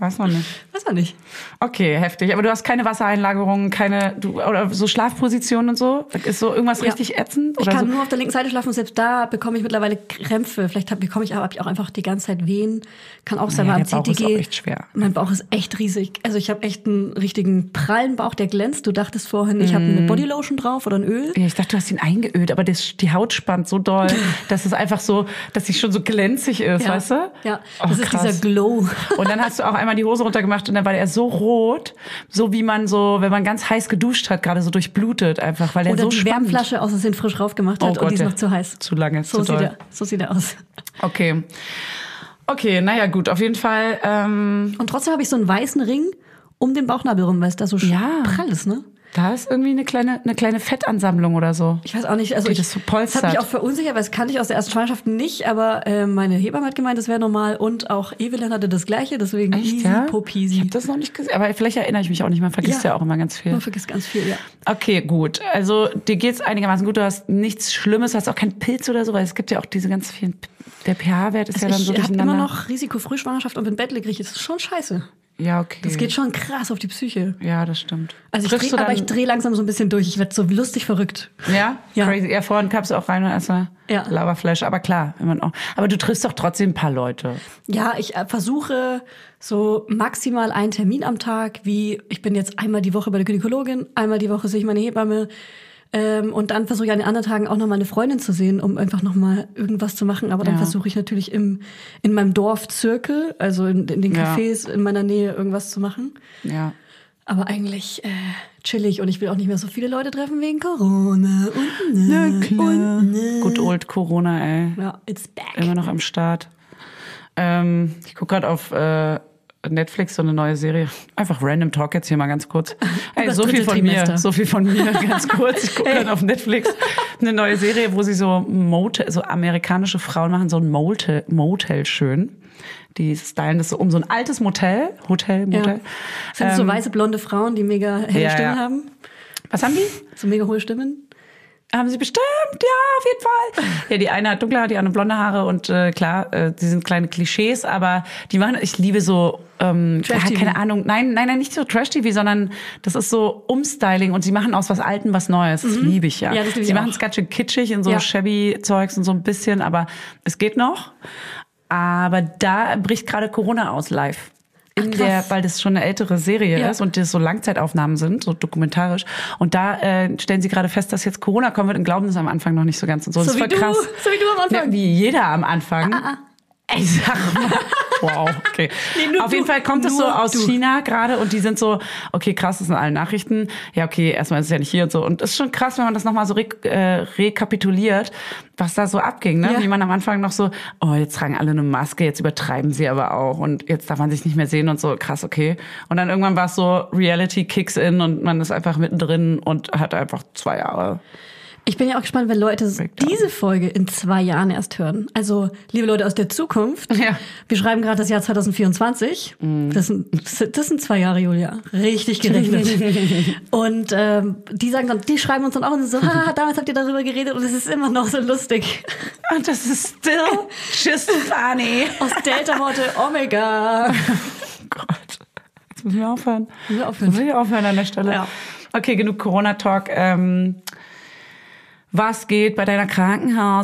[SPEAKER 2] Weiß man nicht.
[SPEAKER 1] [LAUGHS] Weiß man nicht.
[SPEAKER 2] Okay, heftig. Aber du hast keine Wassereinlagerungen, keine du, oder so Schlafpositionen und so? Ist so irgendwas
[SPEAKER 1] Ja.
[SPEAKER 2] richtig ätzend?
[SPEAKER 1] Ich
[SPEAKER 2] Oder
[SPEAKER 1] kann
[SPEAKER 2] so?
[SPEAKER 1] nur auf der linken Seite schlafen und selbst da bekomme ich mittlerweile Krämpfe. Vielleicht hab- bekomme ich aber hab ich auch einfach die ganze Zeit Wehen. Kann auch sein,
[SPEAKER 2] Naja,
[SPEAKER 1] weil am
[SPEAKER 2] der Bauch ist
[SPEAKER 1] CTG.
[SPEAKER 2] auch echt schwer.
[SPEAKER 1] Mein Bauch ist echt riesig. Also ich habe echt einen richtigen prallen Bauch, der glänzt. Du dachtest vorhin, ich
[SPEAKER 2] Mm.
[SPEAKER 1] habe eine Bodylotion drauf oder ein Öl.
[SPEAKER 2] Ja, ich dachte, du hast ihn eingeölt, aber das, die Haut spannt
[SPEAKER 1] [LAUGHS]
[SPEAKER 2] so doll, dass es einfach so, dass sie schon so glänzig ist, weißt du?
[SPEAKER 1] Ja,
[SPEAKER 2] Oh,
[SPEAKER 1] das ist
[SPEAKER 2] krass.
[SPEAKER 1] dieser Glow. [LAUGHS]
[SPEAKER 2] Und dann hast du auch einmal die Hose runtergemacht und dann war der so rot, so wie man so, wenn man ganz heiß geduscht hat, gerade so durchblutet einfach, weil der
[SPEAKER 1] Oder
[SPEAKER 2] so
[SPEAKER 1] die
[SPEAKER 2] spannt.
[SPEAKER 1] Wärmflasche aus Versehen frisch raufgemacht hat
[SPEAKER 2] Oh
[SPEAKER 1] und die ist
[SPEAKER 2] Gott, ja.
[SPEAKER 1] noch zu heiß.
[SPEAKER 2] Zu lange,
[SPEAKER 1] So,
[SPEAKER 2] zu
[SPEAKER 1] sieht,
[SPEAKER 2] doll.
[SPEAKER 1] er, so sieht er aus.
[SPEAKER 2] Okay. Okay, naja, gut, auf jeden Fall. Ähm,
[SPEAKER 1] Und trotzdem habe ich so einen weißen Ring um den Bauchnabel rum, weil es da so
[SPEAKER 2] Ja.
[SPEAKER 1] ja. prall ist, ne?
[SPEAKER 2] da ist irgendwie eine kleine, eine kleine Fettansammlung oder so.
[SPEAKER 1] Ich weiß auch nicht, also
[SPEAKER 2] Die
[SPEAKER 1] ich,
[SPEAKER 2] das so
[SPEAKER 1] das hat mich
[SPEAKER 2] polstert.
[SPEAKER 1] auch verunsichert, weil das kannte ich aus der ersten Schwangerschaft nicht, aber äh, meine Hebamme hat gemeint, das wäre normal und auch Evelyn hatte das gleiche, deswegen easy
[SPEAKER 2] Ich
[SPEAKER 1] popisi.
[SPEAKER 2] habe das noch nicht gesehen, aber vielleicht erinnere ich mich auch nicht, man vergisst ja, auch immer ganz viel.
[SPEAKER 1] Man vergisst ganz viel, ja.
[SPEAKER 2] Okay, gut. Also dir geht's einigermaßen gut. Du hast nichts Schlimmes, hast auch keinen Pilz oder so, weil es gibt ja auch diese ganz vielen. P- Der pH-Wert ist ja dann
[SPEAKER 1] Also ich
[SPEAKER 2] so
[SPEAKER 1] hab habe
[SPEAKER 2] durcheinander.
[SPEAKER 1] immer noch Risikofrühschwangerschaft und bin bettlägerig, das ist schon scheiße.
[SPEAKER 2] ja, okay.
[SPEAKER 1] Das geht schon krass auf die Psyche.
[SPEAKER 2] Ja, das stimmt.
[SPEAKER 1] Also ich
[SPEAKER 2] Triffst
[SPEAKER 1] dreh,
[SPEAKER 2] du
[SPEAKER 1] aber
[SPEAKER 2] dann-
[SPEAKER 1] ich drehe langsam so ein bisschen durch, ich werde so lustig verrückt.
[SPEAKER 2] Ja?
[SPEAKER 1] Ja.
[SPEAKER 2] crazy. Ja, vorhin kamst du auch rein und erstmal
[SPEAKER 1] Ja.
[SPEAKER 2] Laberflash. Aber klar, wenn man auch. Aber du triffst doch trotzdem ein paar Leute.
[SPEAKER 1] Ja, ich äh, versuche so maximal einen Termin am Tag, wie ich bin jetzt einmal die Woche bei der Gynäkologin, einmal die Woche sehe ich meine Hebamme. Ähm, und dann versuche ich an den anderen Tagen auch noch meine Freundin zu sehen, um einfach noch mal irgendwas zu machen. Aber dann
[SPEAKER 2] Ja.
[SPEAKER 1] versuche ich natürlich im, in meinem Dorfzirkel, also in, in den
[SPEAKER 2] Ja.
[SPEAKER 1] Cafés in meiner Nähe irgendwas zu machen.
[SPEAKER 2] Ja.
[SPEAKER 1] Aber eigentlich äh, chillig und ich will auch nicht mehr so viele Leute treffen wegen Corona. Und ne.
[SPEAKER 2] Und Good old Corona, ey.
[SPEAKER 1] Ja, it's back.
[SPEAKER 2] Immer noch am Start. Ähm, ich gucke gerade auf äh, Netflix so eine neue Serie. Einfach Random Talk jetzt hier mal
[SPEAKER 1] [LAUGHS]
[SPEAKER 2] ganz kurz. Ey,
[SPEAKER 1] das
[SPEAKER 2] so viel
[SPEAKER 1] dritte
[SPEAKER 2] von
[SPEAKER 1] Trimester.
[SPEAKER 2] mir, so viel von mir [LAUGHS] ganz kurz. Ich gucke gerade auf Netflix eine neue Serie, wo sie so Motel, so amerikanische Frauen machen so ein Motel, Motel schön. Die stylen das so um so ein altes Motel, Hotel,
[SPEAKER 1] Ja.
[SPEAKER 2] Motel.
[SPEAKER 1] Sind so weiße blonde Frauen, die mega helle
[SPEAKER 2] Ähm, Ja,
[SPEAKER 1] Stimmen
[SPEAKER 2] ja.
[SPEAKER 1] haben.
[SPEAKER 2] Was haben die?
[SPEAKER 1] So mega hohe Stimmen.
[SPEAKER 2] Haben sie bestimmt, ja, auf jeden
[SPEAKER 1] [LAUGHS]
[SPEAKER 2] Fall. Ja, die eine hat dunkle Haare, die andere blonde Haare und äh, klar, äh, die sind kleine Klischees, aber die machen, ich liebe so, ähm, ja,
[SPEAKER 1] Trash-TV.
[SPEAKER 2] keine Ahnung, nein, nein, nein, nicht so Trash-TV, sondern das ist so Umstyling und sie machen aus was Altem was Neues. Das liebe ich ja.
[SPEAKER 1] Mhm. Ja, das liebe ich
[SPEAKER 2] sie machen
[SPEAKER 1] auch.
[SPEAKER 2] es ganz schön kitschig in so
[SPEAKER 1] Ja.
[SPEAKER 2] shabby Zeugs und so ein bisschen, aber es geht noch. Aber da bricht gerade Corona aus live. In
[SPEAKER 1] krass.
[SPEAKER 2] der, weil das schon eine ältere Serie
[SPEAKER 1] Ja.
[SPEAKER 2] ist und das so Langzeitaufnahmen sind, so dokumentarisch. Und da äh, stellen sie gerade fest, dass jetzt Corona kommen wird und glauben das am Anfang noch nicht so ganz und so. das
[SPEAKER 1] So
[SPEAKER 2] ist
[SPEAKER 1] wie
[SPEAKER 2] voll
[SPEAKER 1] du.
[SPEAKER 2] krass.
[SPEAKER 1] So wie du am Anfang. Ah,
[SPEAKER 2] Ja, wie jeder am Anfang. Ey, sag mal. Wow, okay.
[SPEAKER 1] Nee, nur
[SPEAKER 2] Auf jeden
[SPEAKER 1] du.
[SPEAKER 2] Fall kommt es so
[SPEAKER 1] Nur
[SPEAKER 2] aus
[SPEAKER 1] du.
[SPEAKER 2] China gerade und die sind so, okay, krass, das sind alle Nachrichten. Ja, okay, erstmal ist es ja nicht hier und so. Und es ist schon krass, wenn man das nochmal so re äh, rekapituliert, was da so abging, ne?
[SPEAKER 1] Ja.
[SPEAKER 2] Wie man am Anfang noch so, oh, jetzt tragen alle eine Maske, jetzt übertreiben sie aber auch und jetzt darf man sich nicht mehr sehen und so, krass, okay. Und dann irgendwann war es so, Reality kicks in und man ist einfach mittendrin und hat einfach zwei Jahre.
[SPEAKER 1] Ich bin ja auch gespannt, wenn Leute s-
[SPEAKER 2] Breakdown.
[SPEAKER 1] diese Folge in zwei Jahren erst hören. Also, liebe Leute aus der Zukunft,
[SPEAKER 2] Ja. Mhm.
[SPEAKER 1] wir schreiben gerade das Jahr 2024. Das, sind, das sind zwei Jahre, Julia. Richtig gerechnet.
[SPEAKER 2] [LAUGHS]
[SPEAKER 1] und ähm, die sagen dann, die schreiben uns dann auch und so, haha, damals habt ihr darüber geredet und es ist immer noch so
[SPEAKER 2] [LAUGHS]
[SPEAKER 1] lustig.
[SPEAKER 2] Und das ist [LAUGHS] still Oh, just funny.
[SPEAKER 1] Aus Delta Worte Omega.
[SPEAKER 2] Oh Gott. Jetzt müssen wir aufhören.
[SPEAKER 1] Müssen wir aufhören.
[SPEAKER 2] Müssen wir aufhören an der Stelle.
[SPEAKER 1] Ja.
[SPEAKER 2] Okay, genug Corona-Talk. Ähm, was geht bei deiner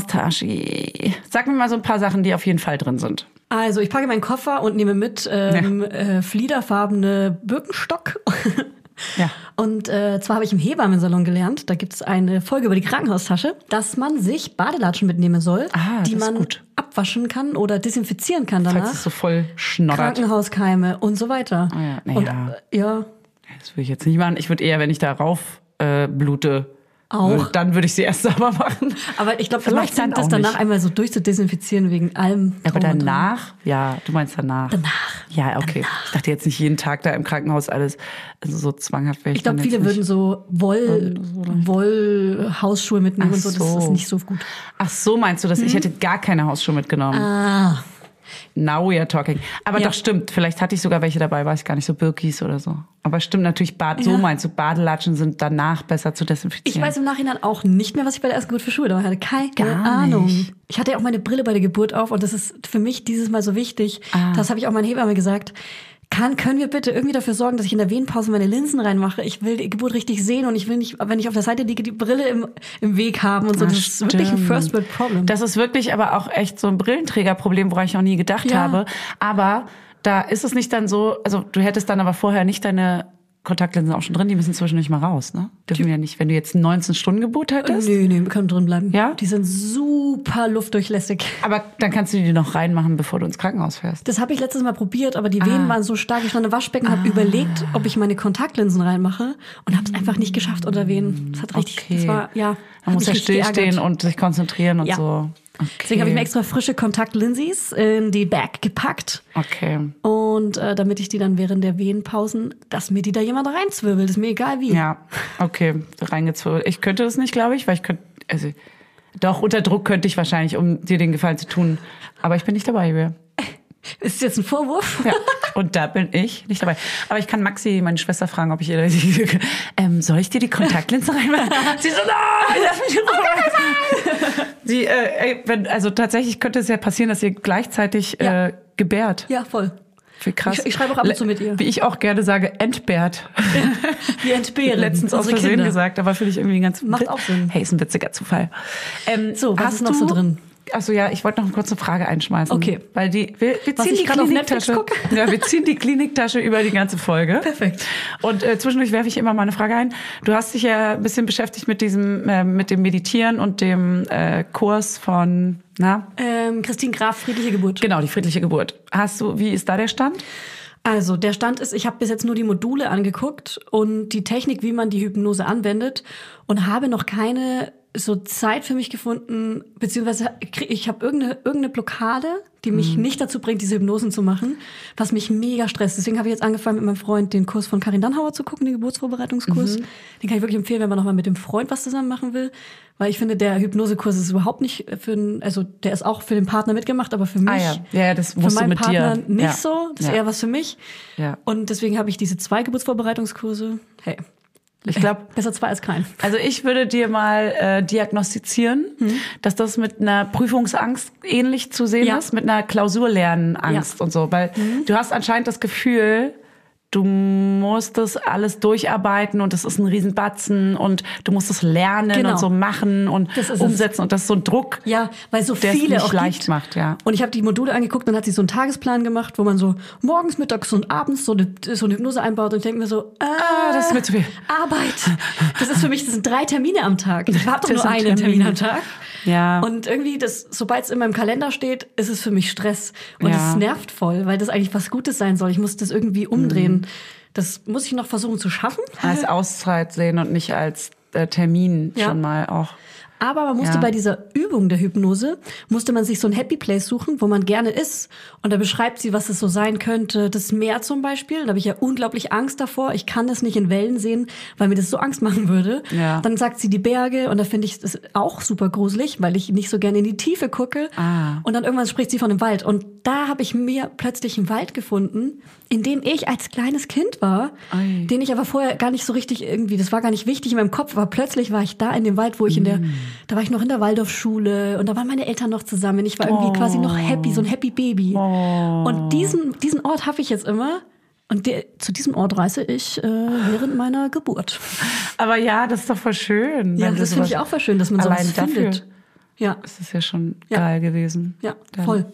[SPEAKER 2] Krankenhaustasche? Sag mir mal so ein paar Sachen, die auf jeden Fall drin sind.
[SPEAKER 1] Also, ich packe meinen Koffer und nehme mit ähm, äh, fliederfarbene Birkenstock. [LAUGHS]
[SPEAKER 2] Ja.
[SPEAKER 1] Und äh, zwar habe ich im Hebammensalon gelernt, da gibt es eine Folge über die Krankenhaustasche, dass man sich Badelatschen mitnehmen soll,
[SPEAKER 2] Ah, das
[SPEAKER 1] die
[SPEAKER 2] ist
[SPEAKER 1] man
[SPEAKER 2] gut.
[SPEAKER 1] abwaschen kann oder desinfizieren kann
[SPEAKER 2] Falls
[SPEAKER 1] danach.
[SPEAKER 2] es so voll schnoddert.
[SPEAKER 1] Krankenhauskeime und so weiter.
[SPEAKER 2] Ah ja, na
[SPEAKER 1] und,
[SPEAKER 2] ja.
[SPEAKER 1] äh, ja,
[SPEAKER 2] Das würde ich jetzt nicht machen. Ich würde eher, wenn ich darauf äh, blute,
[SPEAKER 1] Auch.
[SPEAKER 2] würd- dann würde ich sie erst [LAUGHS] sauber machen.
[SPEAKER 1] aber ich glaube, das macht
[SPEAKER 2] Vielleicht
[SPEAKER 1] Sinn,
[SPEAKER 2] dann auch
[SPEAKER 1] das danach
[SPEAKER 2] nicht.
[SPEAKER 1] einmal so durchzudesinfizieren wegen allem.
[SPEAKER 2] Aber
[SPEAKER 1] drum und dran.
[SPEAKER 2] danach, ja, du meinst danach.
[SPEAKER 1] Danach.
[SPEAKER 2] Ja, okay. Ich dachte jetzt nicht jeden Tag da im Krankenhaus alles also so zwanghaft. wäre
[SPEAKER 1] Ich glaube,
[SPEAKER 2] dann jetzt
[SPEAKER 1] viele
[SPEAKER 2] nicht.
[SPEAKER 1] würden so Woll, Wollhausschuhe mitnehmen
[SPEAKER 2] Ach
[SPEAKER 1] und so, das
[SPEAKER 2] so.
[SPEAKER 1] ist nicht so gut.
[SPEAKER 2] Ach so, meinst du das? Ich hätte gar keine Hausschuhe mitgenommen.
[SPEAKER 1] Mhm. Ah,
[SPEAKER 2] Now we are talking. Aber
[SPEAKER 1] Ja.
[SPEAKER 2] doch stimmt, vielleicht hatte ich sogar welche dabei, weiß ich gar nicht, so Birkis oder so. Aber stimmt natürlich, Bad, so
[SPEAKER 1] Ja.
[SPEAKER 2] meinst du, Badelatschen sind danach besser zu
[SPEAKER 1] Ich
[SPEAKER 2] desinfizieren.
[SPEAKER 1] weiß im Nachhinein auch nicht mehr, was ich bei der ersten Geburt für Schuhe dabei hatte. Keine
[SPEAKER 2] Gar
[SPEAKER 1] Ahnung.
[SPEAKER 2] nicht.
[SPEAKER 1] Ich hatte ja auch meine Brille bei der Geburt auf und das ist für mich dieses Mal so wichtig.
[SPEAKER 2] Ah.
[SPEAKER 1] Das habe ich auch meinen Hebamme gesagt. Kann, können wir bitte irgendwie dafür sorgen, dass ich in der Wehenpause meine Linsen reinmache? Ich will die Geburt richtig sehen und ich will nicht, wenn ich auf der Seite liege, die Brille im, im Weg haben und so.
[SPEAKER 2] Ah,
[SPEAKER 1] das ist wirklich ein
[SPEAKER 2] stimmt.
[SPEAKER 1] First World Problem.
[SPEAKER 2] Das ist wirklich aber auch echt so ein Brillenträgerproblem, woran ich noch nie gedacht
[SPEAKER 1] Ja.
[SPEAKER 2] habe. Aber da ist es nicht dann so, also du hättest dann aber vorher nicht deine Kontaktlinsen auch schon drin, die müssen zwischendurch mal raus, ne? Dürfen wir ja nicht, wenn du jetzt 19 Stunden Geburt hättest.
[SPEAKER 1] Nö, nö, wir können drin bleiben.
[SPEAKER 2] Ja?
[SPEAKER 1] Die sind super luftdurchlässig.
[SPEAKER 2] Aber dann kannst du die noch reinmachen, bevor du ins Krankenhaus fährst.
[SPEAKER 1] Das habe ich letztes Mal probiert, aber die
[SPEAKER 2] Ah.
[SPEAKER 1] Venen waren so stark. Ich stand im Waschbecken, habe überlegt, ob ich meine Kontaktlinsen reinmache und habe es einfach nicht geschafft unter Venen. Das hat richtig, das war, ja. hat
[SPEAKER 2] Man muss
[SPEAKER 1] mich
[SPEAKER 2] ja
[SPEAKER 1] richtig
[SPEAKER 2] stillstehen
[SPEAKER 1] geärgert.
[SPEAKER 2] und sich konzentrieren und
[SPEAKER 1] Ja.
[SPEAKER 2] so. Okay.
[SPEAKER 1] Deswegen habe ich mir extra frische Kontaktlinsies in die Bag gepackt.
[SPEAKER 2] Okay.
[SPEAKER 1] Und äh, damit ich die dann während der Venenpausen, dass mir die da jemand reinzwirbelt, ist mir egal wie.
[SPEAKER 2] Ja, okay. Reingezwirbelt. Ich könnte das nicht, glaube ich, weil ich könnte. Also, doch, unter Druck könnte ich wahrscheinlich, um dir den Gefallen zu tun. Aber ich bin nicht dabei, Julia.
[SPEAKER 1] Ist jetzt ein Vorwurf? [LAUGHS]
[SPEAKER 2] Ja. Und da bin ich nicht dabei. Aber ich kann Maxi, meine Schwester, fragen, ob ich ihr. Ähm, soll ich dir die
[SPEAKER 1] [LAUGHS]
[SPEAKER 2] Kontaktlinse reinmachen? Sie so, Oh nein, lass mich in Ruhe." Sie, äh, ey, wenn, also tatsächlich könnte es ja passieren, dass ihr gleichzeitig
[SPEAKER 1] Ja.
[SPEAKER 2] äh, gebärt.
[SPEAKER 1] Ja, voll.
[SPEAKER 2] Wie krass.
[SPEAKER 1] Ich- ich schreibe auch ab und zu mit ihr.
[SPEAKER 2] Wie ich auch gerne sage, entbehrt.
[SPEAKER 1] Wir entbehren
[SPEAKER 2] Letztens aus
[SPEAKER 1] unsere
[SPEAKER 2] Versehen
[SPEAKER 1] Kinder.
[SPEAKER 2] gesagt, aber finde ich irgendwie ganz
[SPEAKER 1] Macht auch Sinn.
[SPEAKER 2] Hey, ist ein witziger Zufall. Ähm,
[SPEAKER 1] So, was ist noch so drin?
[SPEAKER 2] Achso, ja, ich wollte noch kurz eine Frage einschmeißen.
[SPEAKER 1] Okay.
[SPEAKER 2] Weil die, wir, wir
[SPEAKER 1] Was
[SPEAKER 2] ziehen
[SPEAKER 1] ich
[SPEAKER 2] die
[SPEAKER 1] gerade auf Netflix
[SPEAKER 2] Kliniktasche.
[SPEAKER 1] gucke?
[SPEAKER 2] [LAUGHS] Ja, wir ziehen die Kliniktasche über die ganze Folge.
[SPEAKER 1] Perfekt.
[SPEAKER 2] Und äh, zwischendurch werfe ich immer mal eine Frage ein. Du hast dich ja ein bisschen beschäftigt mit diesem, äh, mit dem Meditieren und dem äh, Kurs von, na?
[SPEAKER 1] Ähm, Christine Graf, friedliche Geburt.
[SPEAKER 2] Genau, die friedliche Geburt. Hast du, wie ist da der Stand?
[SPEAKER 1] Also, der Stand ist, ich habe bis jetzt nur die Module angeguckt und die Technik, wie man die Hypnose anwendet und habe noch keine so Zeit für mich gefunden, beziehungsweise krieg- ich habe irgendeine, irgendeine Blockade, die mich
[SPEAKER 2] Mhm.
[SPEAKER 1] nicht dazu bringt, diese Hypnosen zu machen, was mich mega stresst. Deswegen habe ich jetzt angefangen, mit meinem Freund den Kurs von Karin Dannhauer zu gucken, den
[SPEAKER 2] Mhm.
[SPEAKER 1] Geburtsvorbereitungskurs. Den kann ich wirklich empfehlen, wenn man nochmal mit dem Freund was zusammen machen will, weil ich finde, der Hypnosekurs ist überhaupt nicht für den, also der ist auch für den Partner mitgemacht, aber für mich,
[SPEAKER 2] Ah ja. Ja, ja, das musst
[SPEAKER 1] für meinen
[SPEAKER 2] du mit dir.
[SPEAKER 1] Partner nicht
[SPEAKER 2] Ja.
[SPEAKER 1] so, das ist
[SPEAKER 2] Ja.
[SPEAKER 1] eher was für mich.
[SPEAKER 2] Ja.
[SPEAKER 1] Und deswegen habe ich diese zwei Geburtsvorbereitungskurse. Hey,
[SPEAKER 2] Ich glaube, [LAUGHS]
[SPEAKER 1] Besser zwei als kein.
[SPEAKER 2] also ich würde dir mal äh, diagnostizieren, dass das mit einer Prüfungsangst ähnlich zu sehen
[SPEAKER 1] Mhm. Ja.
[SPEAKER 2] ist, mit einer Klausurlernenangst
[SPEAKER 1] Ja. Mhm.
[SPEAKER 2] und so, weil du hast anscheinend das Gefühl, du musst das alles durcharbeiten und das ist ein Riesenbatzen und du musst es lernen
[SPEAKER 1] Genau.
[SPEAKER 2] und so machen und
[SPEAKER 1] Das ist es.
[SPEAKER 2] umsetzen und das ist so ein Druck.
[SPEAKER 1] Ja, weil so
[SPEAKER 2] Der es
[SPEAKER 1] viele
[SPEAKER 2] nicht
[SPEAKER 1] auch
[SPEAKER 2] leicht
[SPEAKER 1] gibt.
[SPEAKER 2] macht, ja.
[SPEAKER 1] Und ich habe die Module angeguckt, dann hat sie so einen Tagesplan gemacht, wo man so morgens, mittags und abends so eine, so eine Hypnose einbaut und ich denke mir so, äh,
[SPEAKER 2] Ah, das ist mir zu viel.
[SPEAKER 1] Arbeit. Das ist für mich, das sind drei Termine am Tag. Ich habe doch
[SPEAKER 2] Das
[SPEAKER 1] nur
[SPEAKER 2] sind
[SPEAKER 1] einen Termin
[SPEAKER 2] Termine.
[SPEAKER 1] am Tag.
[SPEAKER 2] Ja.
[SPEAKER 1] Und irgendwie, das, sobald es in meinem Kalender steht, ist es für mich Stress. Und
[SPEAKER 2] Ja.
[SPEAKER 1] es nervt voll, weil das eigentlich was Gutes sein soll. Ich muss das irgendwie
[SPEAKER 2] Mhm.
[SPEAKER 1] umdrehen. Das muss ich noch versuchen zu schaffen. [LAUGHS]
[SPEAKER 2] Als Auszeit sehen und nicht als äh, Termin
[SPEAKER 1] Ja.
[SPEAKER 2] schon mal auch.
[SPEAKER 1] Aber man musste
[SPEAKER 2] Ja.
[SPEAKER 1] bei dieser Übung der Hypnose, musste man sich so ein Happy Place suchen, wo man gerne ist. Und da beschreibt sie, was es so sein könnte. Das Meer zum Beispiel, da habe ich ja unglaublich Angst davor. Ich kann das nicht in Wellen sehen, weil mir das so Angst machen würde.
[SPEAKER 2] Ja.
[SPEAKER 1] Dann sagt sie die Berge und da finde ich das auch super gruselig, weil ich nicht so gerne in die Tiefe gucke.
[SPEAKER 2] Ah.
[SPEAKER 1] Und dann irgendwann spricht sie von einem Wald. Und da habe ich mir plötzlich einen Wald gefunden, in dem ich als kleines Kind war,
[SPEAKER 2] Ei.
[SPEAKER 1] den ich aber vorher gar nicht so richtig irgendwie, das war gar nicht wichtig in meinem Kopf, aber plötzlich war ich da in dem Wald, wo ich in der,
[SPEAKER 2] Mm.
[SPEAKER 1] da war ich noch in der Waldorfschule und da waren meine Eltern noch zusammen. Ich war irgendwie quasi noch happy,
[SPEAKER 2] Oh.
[SPEAKER 1] so ein happy Baby. Und diesen, diesen Ort habe ich jetzt immer. Und der, zu diesem Ort reise ich äh, während meiner Geburt.
[SPEAKER 2] Aber ja, das ist doch voll schön.
[SPEAKER 1] Ja,
[SPEAKER 2] wenn du
[SPEAKER 1] das finde
[SPEAKER 2] sowas-
[SPEAKER 1] ich auch voll schön, dass man sowas
[SPEAKER 2] Allein dafür.
[SPEAKER 1] findet. Ja,
[SPEAKER 2] Das ist ja schon
[SPEAKER 1] Ja.
[SPEAKER 2] geil gewesen.
[SPEAKER 1] ja,
[SPEAKER 2] Dann.
[SPEAKER 1] voll.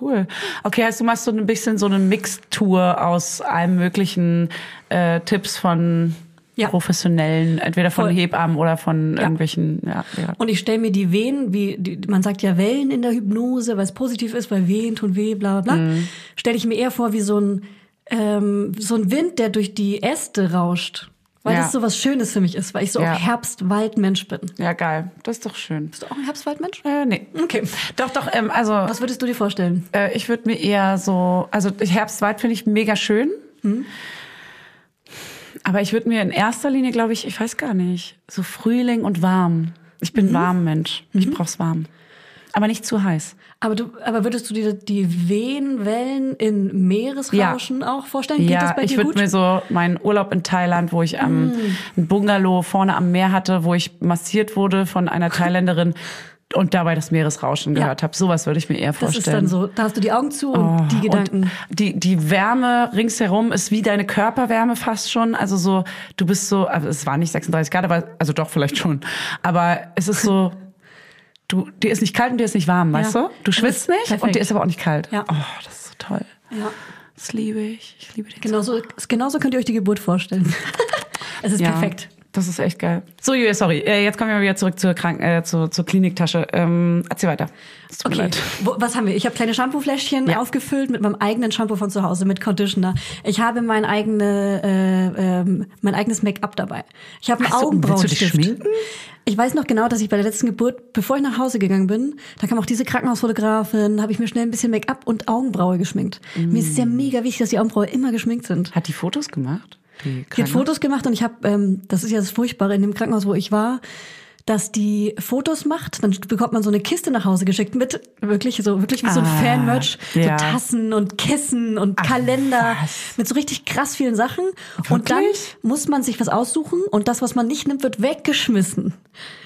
[SPEAKER 2] Cool. Okay, heißt du machst so ein bisschen so eine Mixtur aus allem möglichen äh, Tipps von
[SPEAKER 1] Ja.
[SPEAKER 2] professionellen, entweder von
[SPEAKER 1] Voll.
[SPEAKER 2] Hebammen oder von irgendwelchen. Ja, ja.
[SPEAKER 1] Und ich stelle mir die Wehen, wie die, man sagt ja Wellen in der Hypnose, weil es positiv ist, weil Wehen tun weh, bla bla bla,
[SPEAKER 2] Mhm.
[SPEAKER 1] stelle ich mir eher vor wie so ein, ähm, so ein Wind, der durch die Äste rauscht. Weil
[SPEAKER 2] Ja.
[SPEAKER 1] das so was Schönes für mich ist, weil ich so
[SPEAKER 2] Ja.
[SPEAKER 1] auch Herbst-Wald-Mensch bin.
[SPEAKER 2] ja, geil. Das ist doch schön.
[SPEAKER 1] Bist du auch ein Herbst-Wald-Mensch?
[SPEAKER 2] Äh, nee.
[SPEAKER 1] Okay.
[SPEAKER 2] Doch, doch, ähm, also
[SPEAKER 1] Was würdest du dir vorstellen?
[SPEAKER 2] äh, ich würde mir eher so, also Herbstwald finde ich mega schön.
[SPEAKER 1] Mhm.
[SPEAKER 2] Aber ich würde mir in erster Linie, glaube ich, ich weiß gar nicht, so Frühling und warm. Ich bin
[SPEAKER 1] Mhm.
[SPEAKER 2] warm Mensch. Ich brauch's warm. Aber nicht zu heiß.
[SPEAKER 1] Aber du, aber würdest du dir die Wehen, Wellen in Meeresrauschen auch vorstellen? Geht das bei
[SPEAKER 2] ich
[SPEAKER 1] dir
[SPEAKER 2] würde
[SPEAKER 1] gut? Mm.
[SPEAKER 2] mir so meinen Urlaub in Thailand, wo ich am ein Bungalow vorne am Meer hatte, wo ich massiert wurde
[SPEAKER 1] [LAUGHS]
[SPEAKER 2] von einer Thailänderin und dabei das Meeresrauschen gehört habe. Sowas würde ich mir eher
[SPEAKER 1] das ist dann
[SPEAKER 2] vorstellen. Oh,
[SPEAKER 1] so. Da hast du die Augen zu und die Gedanken.
[SPEAKER 2] Und die, die Wärme ringsherum ist wie deine Körperwärme fast schon. Also so, du bist so, also es war nicht 36 Grad, aber also doch vielleicht schon. Aber es ist so, du, dir ist nicht kalt und dir ist nicht warm, weißt du? Du
[SPEAKER 1] das
[SPEAKER 2] schwitzt
[SPEAKER 1] ist
[SPEAKER 2] nicht und
[SPEAKER 1] perfekt.
[SPEAKER 2] dir ist aber auch nicht kalt.
[SPEAKER 1] Ja.
[SPEAKER 2] Oh, das ist so toll.
[SPEAKER 1] Ja. Genau.
[SPEAKER 2] Das liebe ich. Ich liebe den
[SPEAKER 1] Genauso, genauso könnt ihr euch die Geburt vorstellen. [LAUGHS] es ist
[SPEAKER 2] Ja,
[SPEAKER 1] perfekt.
[SPEAKER 2] Das ist echt geil. So, Julia, sorry. Äh, Jetzt kommen wir mal wieder zurück zur, Krank äh, zur, zur Kliniktasche. Ähm, erzähl weiter. Es tut mir
[SPEAKER 1] Okay,
[SPEAKER 2] leid.
[SPEAKER 1] Wo, was haben wir? Ich habe kleine Shampoofläschchen aufgefüllt mit meinem eigenen Shampoo von zu Hause, mit Conditioner. Ich habe mein, eigene, äh, ähm, mein eigenes Make-up dabei. Ich habe einen
[SPEAKER 2] Hast du- willst du
[SPEAKER 1] Augenbrauenstift.
[SPEAKER 2] dich schminken?
[SPEAKER 1] Ich weiß noch genau, dass ich bei der letzten Geburt, bevor ich nach Hause gegangen bin, da kam auch diese Krankenhausfotografin, habe ich mir schnell ein bisschen Make-up und Augenbraue geschminkt. Mir ist es
[SPEAKER 2] Mm.
[SPEAKER 1] ja mega wichtig, dass die Augenbraue immer geschminkt sind.
[SPEAKER 2] Hat die Fotos gemacht? Die
[SPEAKER 1] Die hat Fotos gemacht und ich habe, ähm, das ist ja das Furchtbare in dem Krankenhaus, wo ich war, dass die Fotos macht, dann bekommt man so eine Kiste nach Hause geschickt mit wirklich so wirklich wie so ein
[SPEAKER 2] Ah,
[SPEAKER 1] Fanmerch,
[SPEAKER 2] ja.
[SPEAKER 1] so Tassen und Kissen und Kalender
[SPEAKER 2] was?
[SPEAKER 1] mit so richtig krass vielen Sachen und dann
[SPEAKER 2] Wirklich?
[SPEAKER 1] muss man sich was aussuchen und das, was man nicht nimmt, wird weggeschmissen.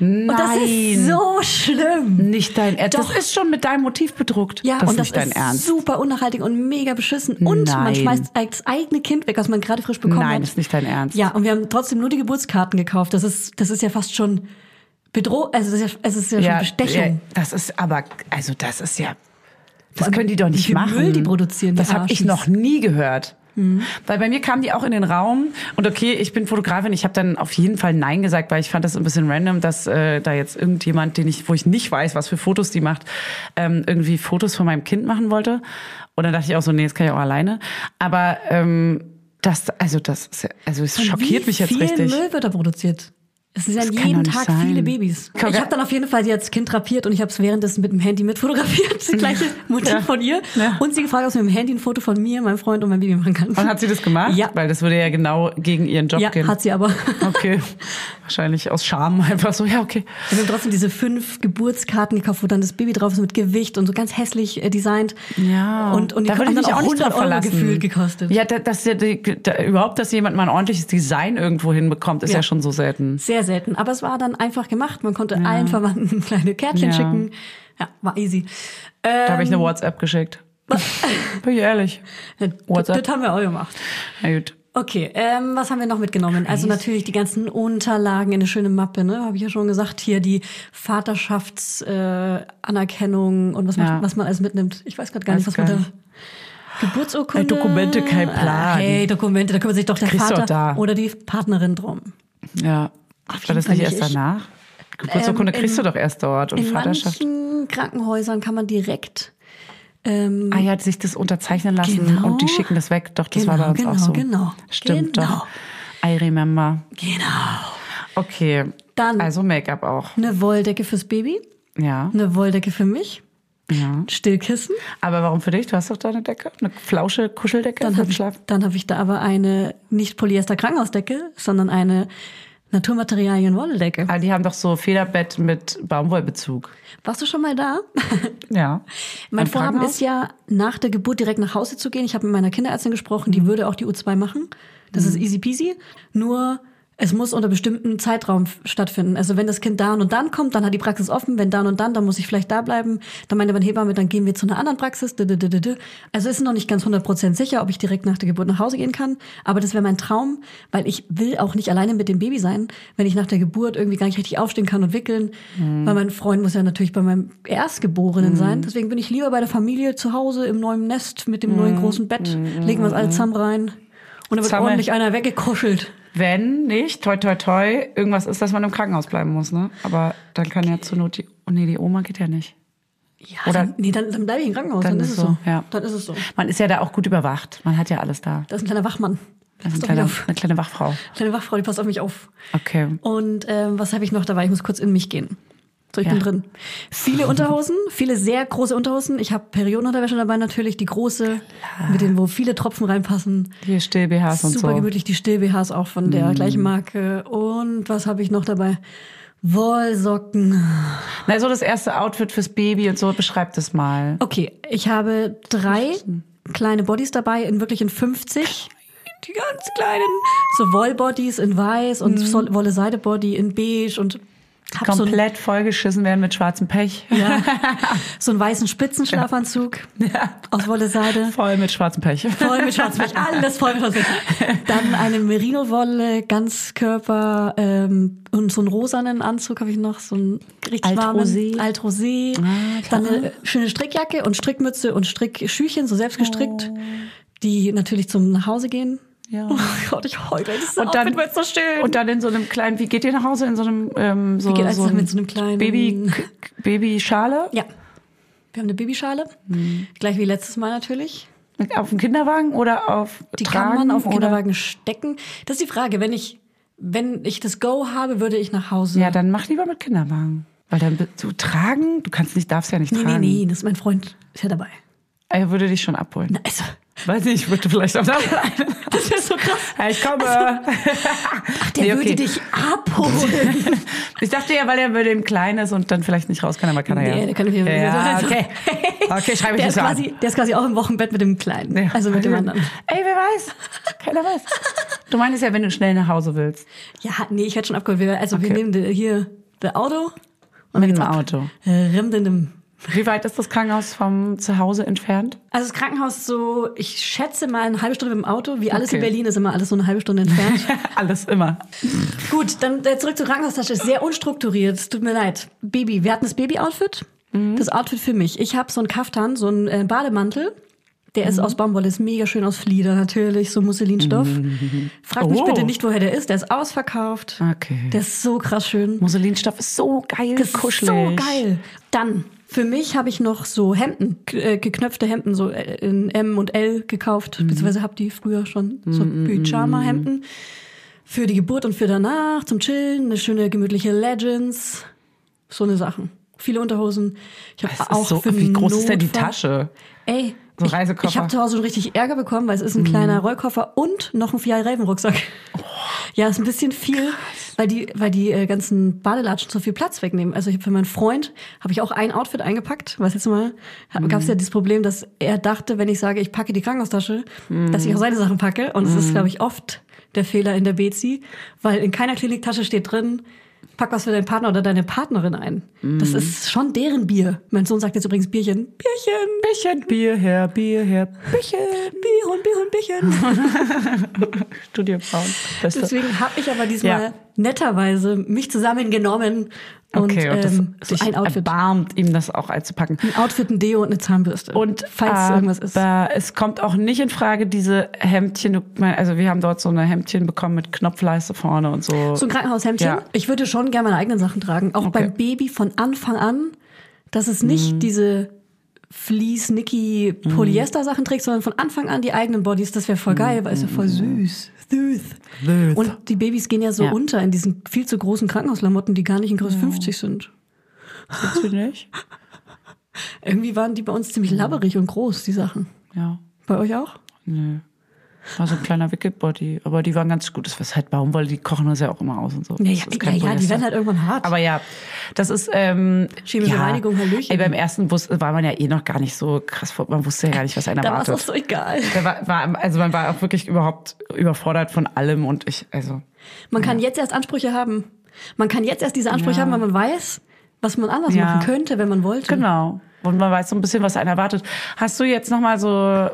[SPEAKER 2] Nein.
[SPEAKER 1] Und das ist so schlimm.
[SPEAKER 2] Nicht dein Ernst. Das
[SPEAKER 1] Doch.
[SPEAKER 2] ist schon mit deinem Motiv bedruckt.
[SPEAKER 1] Ja,
[SPEAKER 2] das
[SPEAKER 1] und
[SPEAKER 2] ist
[SPEAKER 1] das
[SPEAKER 2] nicht dein
[SPEAKER 1] ist
[SPEAKER 2] Ernst.
[SPEAKER 1] super unnachhaltig und mega beschissen. Und
[SPEAKER 2] Nein.
[SPEAKER 1] man schmeißt das eigene Kind weg, was man gerade frisch bekommen hat.
[SPEAKER 2] Nein, ist nicht dein Ernst.
[SPEAKER 1] Ja, und wir haben trotzdem nur die Geburtskarten gekauft. Das ist, das ist ja fast schon Bedrohung, also das ist ja, es ist ja schon Bestechung.
[SPEAKER 2] ja, äh, das ist aber, also das ist ja, das können die doch nicht
[SPEAKER 1] viel
[SPEAKER 2] machen.
[SPEAKER 1] Müll die produzieren, die
[SPEAKER 2] Das habe
[SPEAKER 1] Arschis.
[SPEAKER 2] ich
[SPEAKER 1] Hm.
[SPEAKER 2] noch nie gehört. Weil bei mir kamen die auch in den Raum und okay, ich bin Fotografin, ich habe dann auf jeden Fall Nein gesagt, weil ich fand das ein bisschen random, dass äh, da jetzt irgendjemand, den ich, wo ich nicht weiß, was für Fotos die macht, ähm, irgendwie Fotos von meinem Kind machen wollte. Und dann dachte ich auch so, nee, das kann ich auch alleine. Aber ähm, das, also das, ist ja- also es
[SPEAKER 1] Und
[SPEAKER 2] schockiert
[SPEAKER 1] wie
[SPEAKER 2] mich jetzt
[SPEAKER 1] viel
[SPEAKER 2] richtig.
[SPEAKER 1] Müll wird da produziert? Es sind ja
[SPEAKER 2] kann
[SPEAKER 1] jeden
[SPEAKER 2] doch
[SPEAKER 1] Tag
[SPEAKER 2] nicht sein.
[SPEAKER 1] viele Babys.
[SPEAKER 2] Guck,
[SPEAKER 1] ich habe dann auf jeden Fall sie als Kind drapiert und ich habe es währenddessen mit dem Handy mitfotografiert. [LAUGHS] Das gleiche Motiv von ihr.
[SPEAKER 2] Ja.
[SPEAKER 1] Und sie gefragt, ob sie mit dem Handy ein Foto von mir, meinem Freund und meinem Baby machen kann.
[SPEAKER 2] Und hat sie das gemacht?
[SPEAKER 1] Ja.
[SPEAKER 2] Weil das würde ja genau gegen ihren Job
[SPEAKER 1] ja,
[SPEAKER 2] gehen.
[SPEAKER 1] hat sie aber. [LAUGHS]
[SPEAKER 2] Okay. Wahrscheinlich aus Scham einfach so, ja, okay.
[SPEAKER 1] Wir haben trotzdem diese fünf Geburtskarten gekauft, wo dann das Baby drauf ist mit Gewicht und so ganz hässlich äh, designt.
[SPEAKER 2] Ja.
[SPEAKER 1] Und, und die
[SPEAKER 2] da würde
[SPEAKER 1] haben
[SPEAKER 2] ich
[SPEAKER 1] dann
[SPEAKER 2] mich
[SPEAKER 1] auch
[SPEAKER 2] auch nicht
[SPEAKER 1] 100
[SPEAKER 2] drauf
[SPEAKER 1] Euro
[SPEAKER 2] verlassen.
[SPEAKER 1] gefühlt gekostet.
[SPEAKER 2] Ja, da, dass, der- die- da, überhaupt, dass jemand mal ein ordentliches Design irgendwo hinbekommt, ist ja,
[SPEAKER 1] Ja.
[SPEAKER 2] schon so selten.
[SPEAKER 1] Sehr selten. Aber es war dann einfach gemacht. Man konnte allen Verwandten [LAUGHS] kleine Kärtchen
[SPEAKER 2] Ja.
[SPEAKER 1] schicken. Ja, war easy. Äh,
[SPEAKER 2] Da habe ich eine WhatsApp geschickt. [LAUGHS] Bin ich ehrlich.
[SPEAKER 1] Ähm, das,
[SPEAKER 2] WhatsApp.
[SPEAKER 1] das haben wir auch gemacht.
[SPEAKER 2] Na gut.
[SPEAKER 1] Okay, ähm, was haben wir noch mitgenommen? Also natürlich die ganzen Unterlagen in eine schöne Mappe, ne? Habe ich ja schon gesagt. Hier die Vaterschaftsanerkennung äh, Anerkennung und was,
[SPEAKER 2] Ja.
[SPEAKER 1] man, was man alles mitnimmt. Ich weiß gerade gar nicht,
[SPEAKER 2] Weiß
[SPEAKER 1] was man
[SPEAKER 2] gar
[SPEAKER 1] da.
[SPEAKER 2] nicht.
[SPEAKER 1] Geburtsurkunde.
[SPEAKER 2] Äh, Dokumente, kein Plan.
[SPEAKER 1] Äh, Hey, Dokumente, da kümmert sich doch der
[SPEAKER 2] Kriegst du
[SPEAKER 1] Vater
[SPEAKER 2] auch da.
[SPEAKER 1] oder die Partnerin drum.
[SPEAKER 2] Ja.
[SPEAKER 1] jeden
[SPEAKER 2] War das
[SPEAKER 1] Fall
[SPEAKER 2] nicht
[SPEAKER 1] nicht
[SPEAKER 2] erst
[SPEAKER 1] ich.
[SPEAKER 2] danach? Geburtsurkunde
[SPEAKER 1] Ähm, in-
[SPEAKER 2] kriegst du doch erst dort und
[SPEAKER 1] In
[SPEAKER 2] Vaterschaft.
[SPEAKER 1] manchen Krankenhäusern kann man direkt ähm,
[SPEAKER 2] Ah ja, hat sich das unterzeichnen lassen
[SPEAKER 1] Genau.
[SPEAKER 2] und die schicken das weg. Doch, das war bei
[SPEAKER 1] Genau,
[SPEAKER 2] uns
[SPEAKER 1] genau,
[SPEAKER 2] auch so.
[SPEAKER 1] genau,
[SPEAKER 2] Stimmt
[SPEAKER 1] genau.
[SPEAKER 2] doch. I remember.
[SPEAKER 1] genau
[SPEAKER 2] Okay.
[SPEAKER 1] Dann-
[SPEAKER 2] Also Make-up auch.
[SPEAKER 1] eine Wolldecke fürs Baby,
[SPEAKER 2] Ja.
[SPEAKER 1] eine Wolldecke für mich,
[SPEAKER 2] ja.
[SPEAKER 1] Stillkissen.
[SPEAKER 2] Aber warum für dich? Du hast doch deine Decke. Eine flausche Kuscheldecke
[SPEAKER 1] Dann
[SPEAKER 2] für
[SPEAKER 1] habe
[SPEAKER 2] den
[SPEAKER 1] ich,
[SPEAKER 2] Schlaf.
[SPEAKER 1] dann hab ich da aber eine nicht Polyester Krankenhausdecke, sondern eine Naturmaterialien Wolldecke.
[SPEAKER 2] Ah, die haben doch so Federbett mit Baumwollbezug.
[SPEAKER 1] Warst du schon mal da?
[SPEAKER 2] Ja.
[SPEAKER 1] [LAUGHS] Mein
[SPEAKER 2] Am
[SPEAKER 1] Vorhaben
[SPEAKER 2] Krankenhaus?
[SPEAKER 1] ist ja, nach der Geburt direkt nach Hause zu gehen. Ich habe mit meiner Kinderärztin gesprochen, die würde auch die U2 machen. Das ist easy peasy. Nur es muss unter bestimmten Zeitraum f- stattfinden. Also wenn das Kind dann und dann kommt, dann hat die Praxis offen. Wenn dann und dann, dann muss ich vielleicht da bleiben. Dann meinte meine Hebamme, dann gehen wir zu einer anderen Praxis. D -d -d -d -d. Also ist noch nicht ganz 100% sicher, ob ich direkt nach der Geburt nach Hause gehen kann. Aber das wäre mein Traum, weil ich will auch nicht alleine mit dem Baby sein, wenn ich nach der Geburt irgendwie gar nicht richtig aufstehen kann und wickeln.
[SPEAKER 2] Mhm.
[SPEAKER 1] Weil mein Freund muss ja natürlich bei meinem Erstgeborenen sein. Deswegen bin ich lieber bei der Familie zu Hause im neuen Nest mit dem neuen großen Bett. Legen wir es alle zusammen rein. Und da wird
[SPEAKER 2] Mhm. Zusammen.
[SPEAKER 1] ordentlich einer weggekuschelt.
[SPEAKER 2] Wenn nicht, toi toi toi, irgendwas ist, dass man im Krankenhaus bleiben muss, ne? Aber dann kann ja zur Not die. Oh nee, die Oma geht ja nicht.
[SPEAKER 1] Ja,
[SPEAKER 2] Oder-
[SPEAKER 1] dann, nee, dann, dann bleibe ich im Krankenhaus. Dann, ist es so.
[SPEAKER 2] ja.
[SPEAKER 1] Dann ist es so.
[SPEAKER 2] Man ist ja da auch gut überwacht. Man hat ja alles da.
[SPEAKER 1] Da ist ein kleiner Wachmann.
[SPEAKER 2] Das
[SPEAKER 1] Pass auf
[SPEAKER 2] ist ein
[SPEAKER 1] mich
[SPEAKER 2] kleiner,
[SPEAKER 1] auf.
[SPEAKER 2] eine kleine Wachfrau.
[SPEAKER 1] Kleine Wachfrau, die passt auf mich auf.
[SPEAKER 2] Okay.
[SPEAKER 1] Und ähm, was habe ich noch dabei? Ich muss kurz in mich gehen. So, ich
[SPEAKER 2] Ja.
[SPEAKER 1] bin drin. Viele
[SPEAKER 2] [LAUGHS]
[SPEAKER 1] Unterhosen, viele sehr große Unterhosen. Ich habe Periodenunterwäsche dabei natürlich, die große, mit denen, wo viele Tropfen reinpassen.
[SPEAKER 2] Hier still BHs und
[SPEAKER 1] Super
[SPEAKER 2] so. Mhm.
[SPEAKER 1] gemütlich, die Still-BHs auch von der gleichen Marke. Und was habe ich noch dabei? Wollsocken.
[SPEAKER 2] Na, so das erste Outfit fürs Baby und so, beschreib das mal.
[SPEAKER 1] Okay, ich habe drei kleine Bodies dabei, in wirklich in 50. Die ganz kleinen. So Wollbodies in weiß und Sol- Wolle-Seide-Body in beige und hab so ein
[SPEAKER 2] Mhm. Komplett vollgeschissen werden mit schwarzem Pech.
[SPEAKER 1] Ja. [LAUGHS] So einen weißen Spitzenschlafanzug aus Wolle Seide.
[SPEAKER 2] Voll mit schwarzem [LAUGHS] Pech.
[SPEAKER 1] Voll mit Schwarzpech, alles voll mit Schwarzpech. Dann eine Merino-Wolle, Ganzkörper ähm, und so einen rosanen Anzug habe ich noch, so einen richtig warmen
[SPEAKER 2] Altrosé.
[SPEAKER 1] Altrosé.
[SPEAKER 2] Ah,
[SPEAKER 1] Dann eine schöne Strickjacke und Strickmütze und Strickschüchen, so selbst gestrickt, die natürlich zum Nachhausegehen.
[SPEAKER 2] Oh. Ja.
[SPEAKER 1] Oh Gott, ich heule. Das
[SPEAKER 2] Und dann-
[SPEAKER 1] Outfit wird so schön.
[SPEAKER 2] Und dann in so einem kleinen, wie geht ihr nach Hause? In so einem, ähm, so,
[SPEAKER 1] geht alles
[SPEAKER 2] so
[SPEAKER 1] nach- mit so einem kleinen-
[SPEAKER 2] Baby, Babyschale?
[SPEAKER 1] ja. Wir haben eine Babyschale,
[SPEAKER 2] Hm.
[SPEAKER 1] gleich wie letztes Mal natürlich.
[SPEAKER 2] Auf dem Kinderwagen oder auf
[SPEAKER 1] Die
[SPEAKER 2] Tragen?
[SPEAKER 1] kann man auf den
[SPEAKER 2] oder-
[SPEAKER 1] Kinderwagen stecken. Das ist die Frage. Wenn ich, wenn ich das Go habe, würde ich nach Hause.
[SPEAKER 2] Ja, dann mach lieber mit Kinderwagen. Weil dann bist du tragen, du kannst nicht, darfst ja nicht
[SPEAKER 1] nee, nee,
[SPEAKER 2] tragen.
[SPEAKER 1] nee, das ist mein Freund. Ist ja dabei.
[SPEAKER 2] Er würde dich schon abholen.
[SPEAKER 1] Na, also, [LAUGHS]
[SPEAKER 2] Weiß nicht, ich würde vielleicht auch da bleiben.
[SPEAKER 1] das wäre so krass.
[SPEAKER 2] Ja, Ich komme.
[SPEAKER 1] Also,
[SPEAKER 2] [LAUGHS]
[SPEAKER 1] Ach, der
[SPEAKER 2] Nee, okay.
[SPEAKER 1] würde dich abholen.
[SPEAKER 2] Ich dachte ja, weil er bei dem Kleinen ist und dann vielleicht nicht raus kann, aber [LAUGHS] kann er ja.
[SPEAKER 1] Nee, der kann auf jeden Fall-
[SPEAKER 2] ja,
[SPEAKER 1] Also-
[SPEAKER 2] okay. Okay, schreibe ich
[SPEAKER 1] der,
[SPEAKER 2] das
[SPEAKER 1] ist
[SPEAKER 2] so
[SPEAKER 1] quasi, der ist quasi auch im Wochenbett mit dem Kleinen.
[SPEAKER 2] an. Ja.
[SPEAKER 1] Also mit dem anderen.
[SPEAKER 2] Ey, wer weiß? Keiner weiß. Du meinst ja, wenn du schnell nach Hause willst.
[SPEAKER 1] Ja, nee, ich werde schon abgeholt. Wir- Also wir
[SPEAKER 2] Okay.
[SPEAKER 1] nehmen de- hier das Auto. Und dann
[SPEAKER 2] Mit dem
[SPEAKER 1] geht's ab.
[SPEAKER 2] Auto.
[SPEAKER 1] Äh, Rimmt in dem
[SPEAKER 2] Wie weit ist das Krankenhaus vom
[SPEAKER 1] [LAUGHS]
[SPEAKER 2] Zuhause entfernt?
[SPEAKER 1] Also das Krankenhaus so, ich schätze mal eine halbe Stunde mit dem Auto. Wie alles in
[SPEAKER 2] Okay.
[SPEAKER 1] Berlin ist immer alles so eine halbe Stunde entfernt.
[SPEAKER 2] [LAUGHS] Alles immer.
[SPEAKER 1] Gut, dann äh, zurück zur Krankenhaustasche. Ist sehr unstrukturiert. Es Tut mir leid. Baby, wir hatten das Baby-Outfit.
[SPEAKER 2] Mhm.
[SPEAKER 1] Das Outfit für mich. Ich habe so einen Kaftan, so einen äh, Bademantel. Der
[SPEAKER 2] Mhm.
[SPEAKER 1] ist aus Baumwolle, ist mega schön aus Flieder natürlich, so Musselinstoff. Frag mich
[SPEAKER 2] Oh.
[SPEAKER 1] bitte nicht, woher der ist. Der ist ausverkauft.
[SPEAKER 2] Okay.
[SPEAKER 1] Der ist so krass schön.
[SPEAKER 2] Musselinstoff ist so geil,
[SPEAKER 1] Das ist
[SPEAKER 2] kuschelig.
[SPEAKER 1] so geil. Dann, für mich habe ich noch so Hemden, k- äh, geknöpfte Hemden, so äh,
[SPEAKER 2] Mhm.
[SPEAKER 1] in M und L gekauft, beziehungsweise habe die früher schon, so Pyjama-Hemden. für die Geburt und für danach, zum Chillen, eine schöne gemütliche Legends, so eine Sachen. Viele Unterhosen. Ich
[SPEAKER 2] Es ist
[SPEAKER 1] habe auch
[SPEAKER 2] so,
[SPEAKER 1] für
[SPEAKER 2] wie groß ist denn die
[SPEAKER 1] Notfall-
[SPEAKER 2] Tasche?
[SPEAKER 1] Ey,
[SPEAKER 2] So ein
[SPEAKER 1] ich,
[SPEAKER 2] Reisekoffer. Mhm.
[SPEAKER 1] ich habe zu Hause schon richtig Ärger bekommen, weil es ist ein kleiner Rollkoffer und noch ein Fiat-Reifen-Rucksack.
[SPEAKER 2] Oh.
[SPEAKER 1] Ja, ist ein bisschen viel, weil die, weil die äh, ganzen Badelatschen so viel Platz wegnehmen. Also ich hab für meinen Freund habe ich auch ein Outfit eingepackt. Was jetzt mal
[SPEAKER 2] Mhm.
[SPEAKER 1] gab es ja dieses Problem, dass er dachte, wenn ich sage, ich packe die Krankenhaustasche,
[SPEAKER 2] Mhm.
[SPEAKER 1] dass ich auch seine Sachen packe. Und es ist, glaube ich, oft der Fehler in der Bezi, weil in keiner Kliniktasche steht drin, pack was für deinen Partner oder deine Partnerin ein.
[SPEAKER 2] Mhm.
[SPEAKER 1] Das ist schon deren Bier. Mein Sohn sagt jetzt übrigens Bierchen. Bierchen.
[SPEAKER 2] Bierchen, Bier her, Bier her, Bierchen.
[SPEAKER 1] Bierhund, Bierhund, Bierchen.
[SPEAKER 2] Studio Braun. Beste.
[SPEAKER 1] Deswegen habe ich aber diesmal
[SPEAKER 2] Ja.
[SPEAKER 1] netterweise mich zusammengenommen und,
[SPEAKER 2] okay, und das,
[SPEAKER 1] ähm, so
[SPEAKER 2] sich
[SPEAKER 1] ein Outfit.
[SPEAKER 2] erbarmt ihm das auch einzupacken.
[SPEAKER 1] Ein Outfit, ein Deo und eine Zahnbürste.
[SPEAKER 2] Und ähm,
[SPEAKER 1] falls
[SPEAKER 2] aber
[SPEAKER 1] irgendwas ist.
[SPEAKER 2] es kommt auch nicht in Frage, diese Hemdchen. du- mein- Also wir haben dort so eine Hemdchen bekommen mit Knopfleiste vorne und so.
[SPEAKER 1] So ein Krankenhaushemdchen.
[SPEAKER 2] Ja.
[SPEAKER 1] Ich würde schon gerne meine eigenen Sachen tragen. Auch beim Baby von Anfang an, dass es nicht
[SPEAKER 2] Mhm.
[SPEAKER 1] diese Fleece, Nicky,
[SPEAKER 2] Mhm.
[SPEAKER 1] Polyester-Sachen trägt, sondern von Anfang an die eigenen Bodies. Das wäre voll geil, weil es ja voll süß. Süß. Und die Babys gehen ja so
[SPEAKER 2] Mhm. Ja.
[SPEAKER 1] unter in diesen viel zu großen Krankenhauslamotten, die gar nicht in Größe 50 sind.
[SPEAKER 2] Findest du nicht?
[SPEAKER 1] Irgendwie waren die bei uns ziemlich labberig und groß, die Sachen.
[SPEAKER 2] Ja,
[SPEAKER 1] Bei euch auch?
[SPEAKER 2] nö. War so ein kleiner Wickelbody, aber die waren ganz gut. Das war halt Baumwolle, die kochen das ja auch immer aus und so.
[SPEAKER 1] Ja, ja,
[SPEAKER 2] das ist
[SPEAKER 1] ja,
[SPEAKER 2] kein
[SPEAKER 1] ja die
[SPEAKER 2] Polyester.
[SPEAKER 1] werden halt irgendwann hart.
[SPEAKER 2] Aber ja, das ist ähm,
[SPEAKER 1] Chemische
[SPEAKER 2] ja.
[SPEAKER 1] Reinigung, Hallöchen.
[SPEAKER 2] Ey, beim ersten Bus war man ja eh noch gar nicht so krass vor. Man wusste ja gar nicht, was einer
[SPEAKER 1] da war es auch
[SPEAKER 2] erwartet.
[SPEAKER 1] so egal.
[SPEAKER 2] Da war, war, also man war auch wirklich überhaupt überfordert von allem und ich, also
[SPEAKER 1] Man kann jetzt erst Ansprüche haben. Man kann jetzt erst diese Ansprüche haben, weil man weiß, was man anders
[SPEAKER 2] Ja.
[SPEAKER 1] machen könnte, wenn man wollte.
[SPEAKER 2] Genau. Und man weiß so ein bisschen, was einen erwartet. Hast du jetzt nochmal so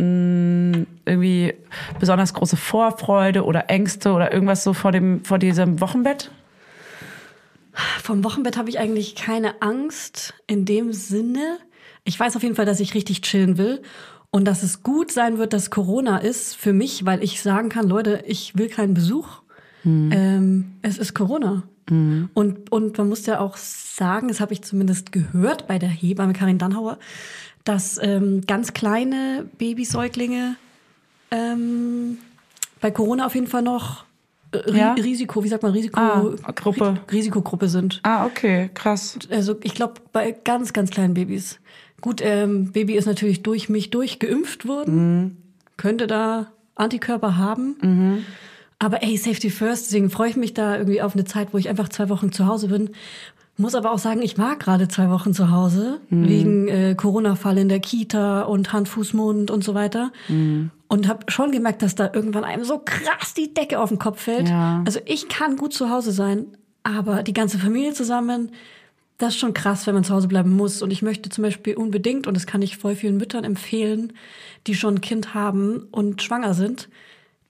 [SPEAKER 2] mh, irgendwie besonders große Vorfreude oder Ängste oder irgendwas so vor, dem, vor diesem Wochenbett?
[SPEAKER 1] Vom Wochenbett habe ich eigentlich keine Angst in dem Sinne. Ich weiß auf jeden Fall, dass ich richtig chillen will und dass es gut sein wird, dass Corona ist für mich, weil ich sagen kann, Leute, ich will keinen Besuch. Ähm, es ist Corona. Und, und man muss ja auch sagen, das habe ich zumindest gehört bei der Hebamme Karin Dannhauer, dass ähm, ganz kleine Babysäuglinge ähm, bei Corona auf jeden Fall noch äh, Ri-
[SPEAKER 2] Ja?
[SPEAKER 1] Risiko, wie sagt man, Risiko,
[SPEAKER 2] Ah, Gruppe.
[SPEAKER 1] Ri- Risikogruppe sind.
[SPEAKER 2] Ah, okay, krass.
[SPEAKER 1] Also ich glaube, bei ganz, ganz kleinen Babys. Gut, ähm, Baby ist natürlich durch mich durchgeimpft worden,
[SPEAKER 2] Mhm.
[SPEAKER 1] könnte da Antikörper haben. Aber ey, Safety First, deswegen freue ich mich da irgendwie auf eine Zeit, wo ich einfach zwei Wochen zu Hause bin. Muss aber auch sagen, ich war gerade zwei Wochen zu Hause,
[SPEAKER 2] Mhm.
[SPEAKER 1] wegen äh, Corona-Fall in der Kita und Hand, Fuß, Mund und so weiter.
[SPEAKER 2] Mhm.
[SPEAKER 1] Und habe schon gemerkt, dass da irgendwann einem so krass die Decke auf den Kopf fällt.
[SPEAKER 2] Ja.
[SPEAKER 1] Also ich kann gut zu Hause sein, aber die ganze Familie zusammen, das ist schon krass, wenn man zu Hause bleiben muss. Und ich möchte zum Beispiel unbedingt, und das kann ich voll vielen Müttern empfehlen, die schon ein Kind haben und schwanger sind,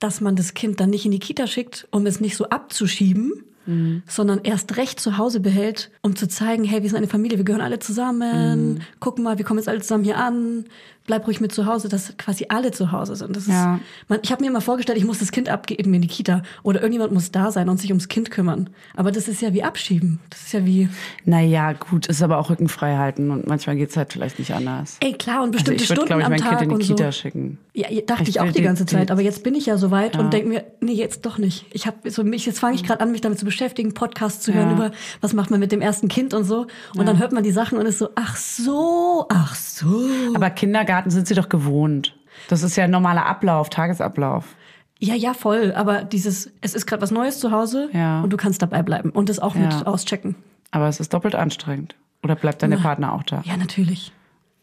[SPEAKER 1] dass man das Kind dann nicht in die Kita schickt, um es nicht so abzuschieben,
[SPEAKER 2] Mhm.
[SPEAKER 1] sondern erst recht zu Hause behält, um zu zeigen, hey, wir sind eine Familie, wir gehören alle zusammen,
[SPEAKER 2] Mhm.
[SPEAKER 1] guck mal, wir kommen jetzt alle zusammen hier an, bleib ruhig mit zu Hause, dass quasi alle zu Hause sind. Das
[SPEAKER 2] Ja.
[SPEAKER 1] ist, man, ich habe mir immer vorgestellt, ich muss das Kind abgeben in die Kita oder irgendjemand muss da sein und sich ums Kind kümmern. Aber das ist ja wie abschieben. Das ist ja wie
[SPEAKER 2] Naja, gut, ist aber auch rückenfrei halten und manchmal geht's halt vielleicht nicht anders.
[SPEAKER 1] Ey, klar, und
[SPEAKER 2] Also
[SPEAKER 1] Äh, bestimmte
[SPEAKER 2] ich würde,
[SPEAKER 1] Stunden
[SPEAKER 2] glaube ich,
[SPEAKER 1] am
[SPEAKER 2] mein
[SPEAKER 1] Tag
[SPEAKER 2] Kind in
[SPEAKER 1] und
[SPEAKER 2] die Kita
[SPEAKER 1] so.
[SPEAKER 2] schicken.
[SPEAKER 1] Ja, ja, dachte
[SPEAKER 2] Ich
[SPEAKER 1] ich, auch
[SPEAKER 2] will
[SPEAKER 1] die,
[SPEAKER 2] die-
[SPEAKER 1] ganze
[SPEAKER 2] die-
[SPEAKER 1] Zeit, aber jetzt bin ich ja so weit
[SPEAKER 2] Ja.
[SPEAKER 1] und denke mir, nee, jetzt doch nicht. Ich habe so mich jetzt fange ich gerade an, mich damit zu beschäftigen, Podcasts zu hören
[SPEAKER 2] Ja.
[SPEAKER 1] über was macht man mit dem ersten Kind und so und dann hört man die Sachen und ist so, ach so, ach so.
[SPEAKER 2] Aber Kindergarten sind sie doch gewohnt. Das ist ja ein normaler Ablauf, Tagesablauf.
[SPEAKER 1] Ja, ja, voll, aber dieses es ist gerade was Neues zu Hause
[SPEAKER 2] Ja.
[SPEAKER 1] und du kannst dabei bleiben und das auch
[SPEAKER 2] Ja.
[SPEAKER 1] mit auschecken.
[SPEAKER 2] Aber es ist doppelt anstrengend. Oder bleibt dann der Partner auch da?
[SPEAKER 1] Uh. Ja, natürlich.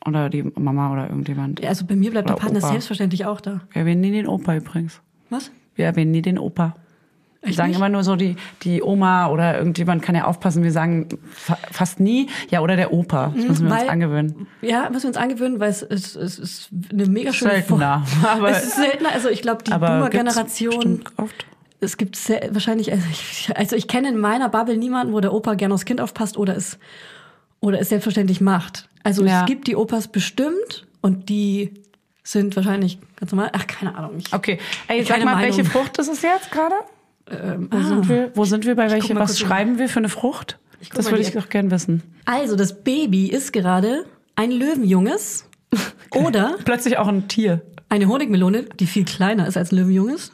[SPEAKER 2] Oder die Mama oder irgendjemand?
[SPEAKER 1] Ja, Also bei mir bleibt
[SPEAKER 2] Oder
[SPEAKER 1] der Partner
[SPEAKER 2] Opa.
[SPEAKER 1] selbstverständlich auch da.
[SPEAKER 2] Wir erwähnen nie den Opa übrigens.
[SPEAKER 1] Was?
[SPEAKER 2] Wir erwähnen nie den Opa. Wir
[SPEAKER 1] Echt
[SPEAKER 2] sagen
[SPEAKER 1] nicht?
[SPEAKER 2] immer nur so, die, die Oma oder irgendjemand kann ja aufpassen. Wir sagen fa fast nie, ja, oder der Opa. Das müssen wir uns
[SPEAKER 1] weil-
[SPEAKER 2] angewöhnen.
[SPEAKER 1] Ja, müssen wir uns angewöhnen, weil es, es, es ist eine mega schöne
[SPEAKER 2] Seltener, [LAUGHS] aber-
[SPEAKER 1] es ist seltener. Also ich glaube, die
[SPEAKER 2] Aber gibt's
[SPEAKER 1] Boomer-Generation,
[SPEAKER 2] bestimmt oft.
[SPEAKER 1] es gibt sehr, wahrscheinlich, also ich, also ich kenne in meiner Bubble niemanden, wo der Opa gerne aufs Kind aufpasst oder es, oder es selbstverständlich macht. Also
[SPEAKER 2] Ja.
[SPEAKER 1] es gibt die Opas bestimmt und die sind wahrscheinlich ganz normal. Ach, keine Ahnung. Ich,
[SPEAKER 2] Okay, ey,
[SPEAKER 1] Ich
[SPEAKER 2] sag
[SPEAKER 1] keine
[SPEAKER 2] mal, welche
[SPEAKER 1] Meinung.
[SPEAKER 2] Frucht ist es jetzt gerade?
[SPEAKER 1] ähm,
[SPEAKER 2] Wo, sind wir? Wo sind wir bei welche?
[SPEAKER 1] mal
[SPEAKER 2] Was
[SPEAKER 1] kurz in-
[SPEAKER 2] schreiben wir für eine Frucht?
[SPEAKER 1] Ich guck
[SPEAKER 2] Das
[SPEAKER 1] mal
[SPEAKER 2] würde
[SPEAKER 1] die
[SPEAKER 2] ich doch gern wissen.
[SPEAKER 1] Also das Baby ist gerade ein
[SPEAKER 2] [LAUGHS]
[SPEAKER 1] Löwenjunges oder
[SPEAKER 2] Plötzlich auch ein Tier.
[SPEAKER 1] eine Honigmelone, die viel kleiner ist als ein Löwenjunges.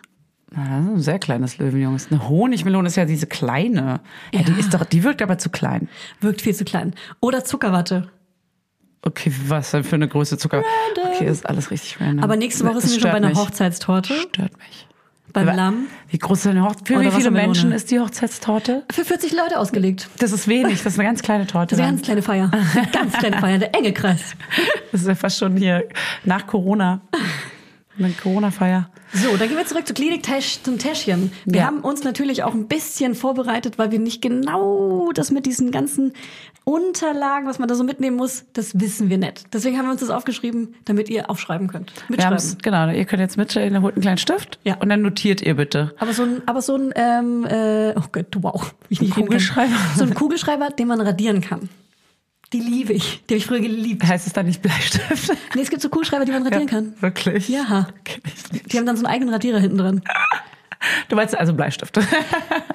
[SPEAKER 2] Na, das ist ein sehr kleines Löwenjunge. Das ist Eine Honigmelone ist ja diese kleine. Ja. die ist doch, die wirkt aber zu klein.
[SPEAKER 1] Wirkt viel zu klein. Oder Zuckerwatte.
[SPEAKER 2] Okay, was denn für eine Größe Zucker? Okay, ist alles richtig random.
[SPEAKER 1] Aber nächste Woche
[SPEAKER 2] Das
[SPEAKER 1] sind wir schon bei
[SPEAKER 2] stört
[SPEAKER 1] einer
[SPEAKER 2] mich.
[SPEAKER 1] Hochzeitstorte.
[SPEAKER 2] Stört mich.
[SPEAKER 1] Beim
[SPEAKER 2] Aber
[SPEAKER 1] Lamm.
[SPEAKER 2] Wie groß ist deine Hochzeit? Für
[SPEAKER 1] Oder
[SPEAKER 2] wie viele
[SPEAKER 1] Wassermelone.
[SPEAKER 2] Menschen ist die Hochzeitstorte?
[SPEAKER 1] Für 40 Leute ausgelegt.
[SPEAKER 2] Das ist wenig, das ist eine ganz kleine Torte.
[SPEAKER 1] [LAUGHS] Das ist eine ganz
[SPEAKER 2] dann.
[SPEAKER 1] kleine
[SPEAKER 2] [LAUGHS]
[SPEAKER 1] Feier. Ganz kleine Feier, der enge Kreis.
[SPEAKER 2] Das ist ja fast schon hier nach Corona. Eine Corona-Feier.
[SPEAKER 1] So, dann gehen wir zurück zur Klinik Täsch, zum Täschchen. Wir
[SPEAKER 2] Ja.
[SPEAKER 1] haben uns natürlich auch ein bisschen vorbereitet, weil wir nicht genau das mit diesen ganzen Unterlagen, was man da so mitnehmen muss, das wissen wir nicht. Deswegen haben wir uns das aufgeschrieben, damit ihr aufschreiben könnt.
[SPEAKER 2] Wir
[SPEAKER 1] Mitschreiben.
[SPEAKER 2] haben's, genau, ihr könnt jetzt mitschreiben, ihr holt einen kleinen Stift
[SPEAKER 1] Ja.
[SPEAKER 2] und dann notiert ihr bitte.
[SPEAKER 1] Aber so ein, aber so ein, ähm, äh, oh Gott, wow. Wie ich
[SPEAKER 2] Ein
[SPEAKER 1] nicht reden kann.
[SPEAKER 2] Kugelschreiber?
[SPEAKER 1] So ein Kugelschreiber, den man radieren kann. Die liebe ich. Die habe ich früher geliebt.
[SPEAKER 2] Heißt es dann nicht Bleistift?
[SPEAKER 1] [LAUGHS] Nee, es gibt so Kugelschreiber, die man radieren kann.
[SPEAKER 2] Wirklich?
[SPEAKER 1] Ja.
[SPEAKER 2] Kenn ich nicht.
[SPEAKER 1] Die haben dann so einen eigenen Radierer hinten dran.
[SPEAKER 2] Du meinst also Bleistifte.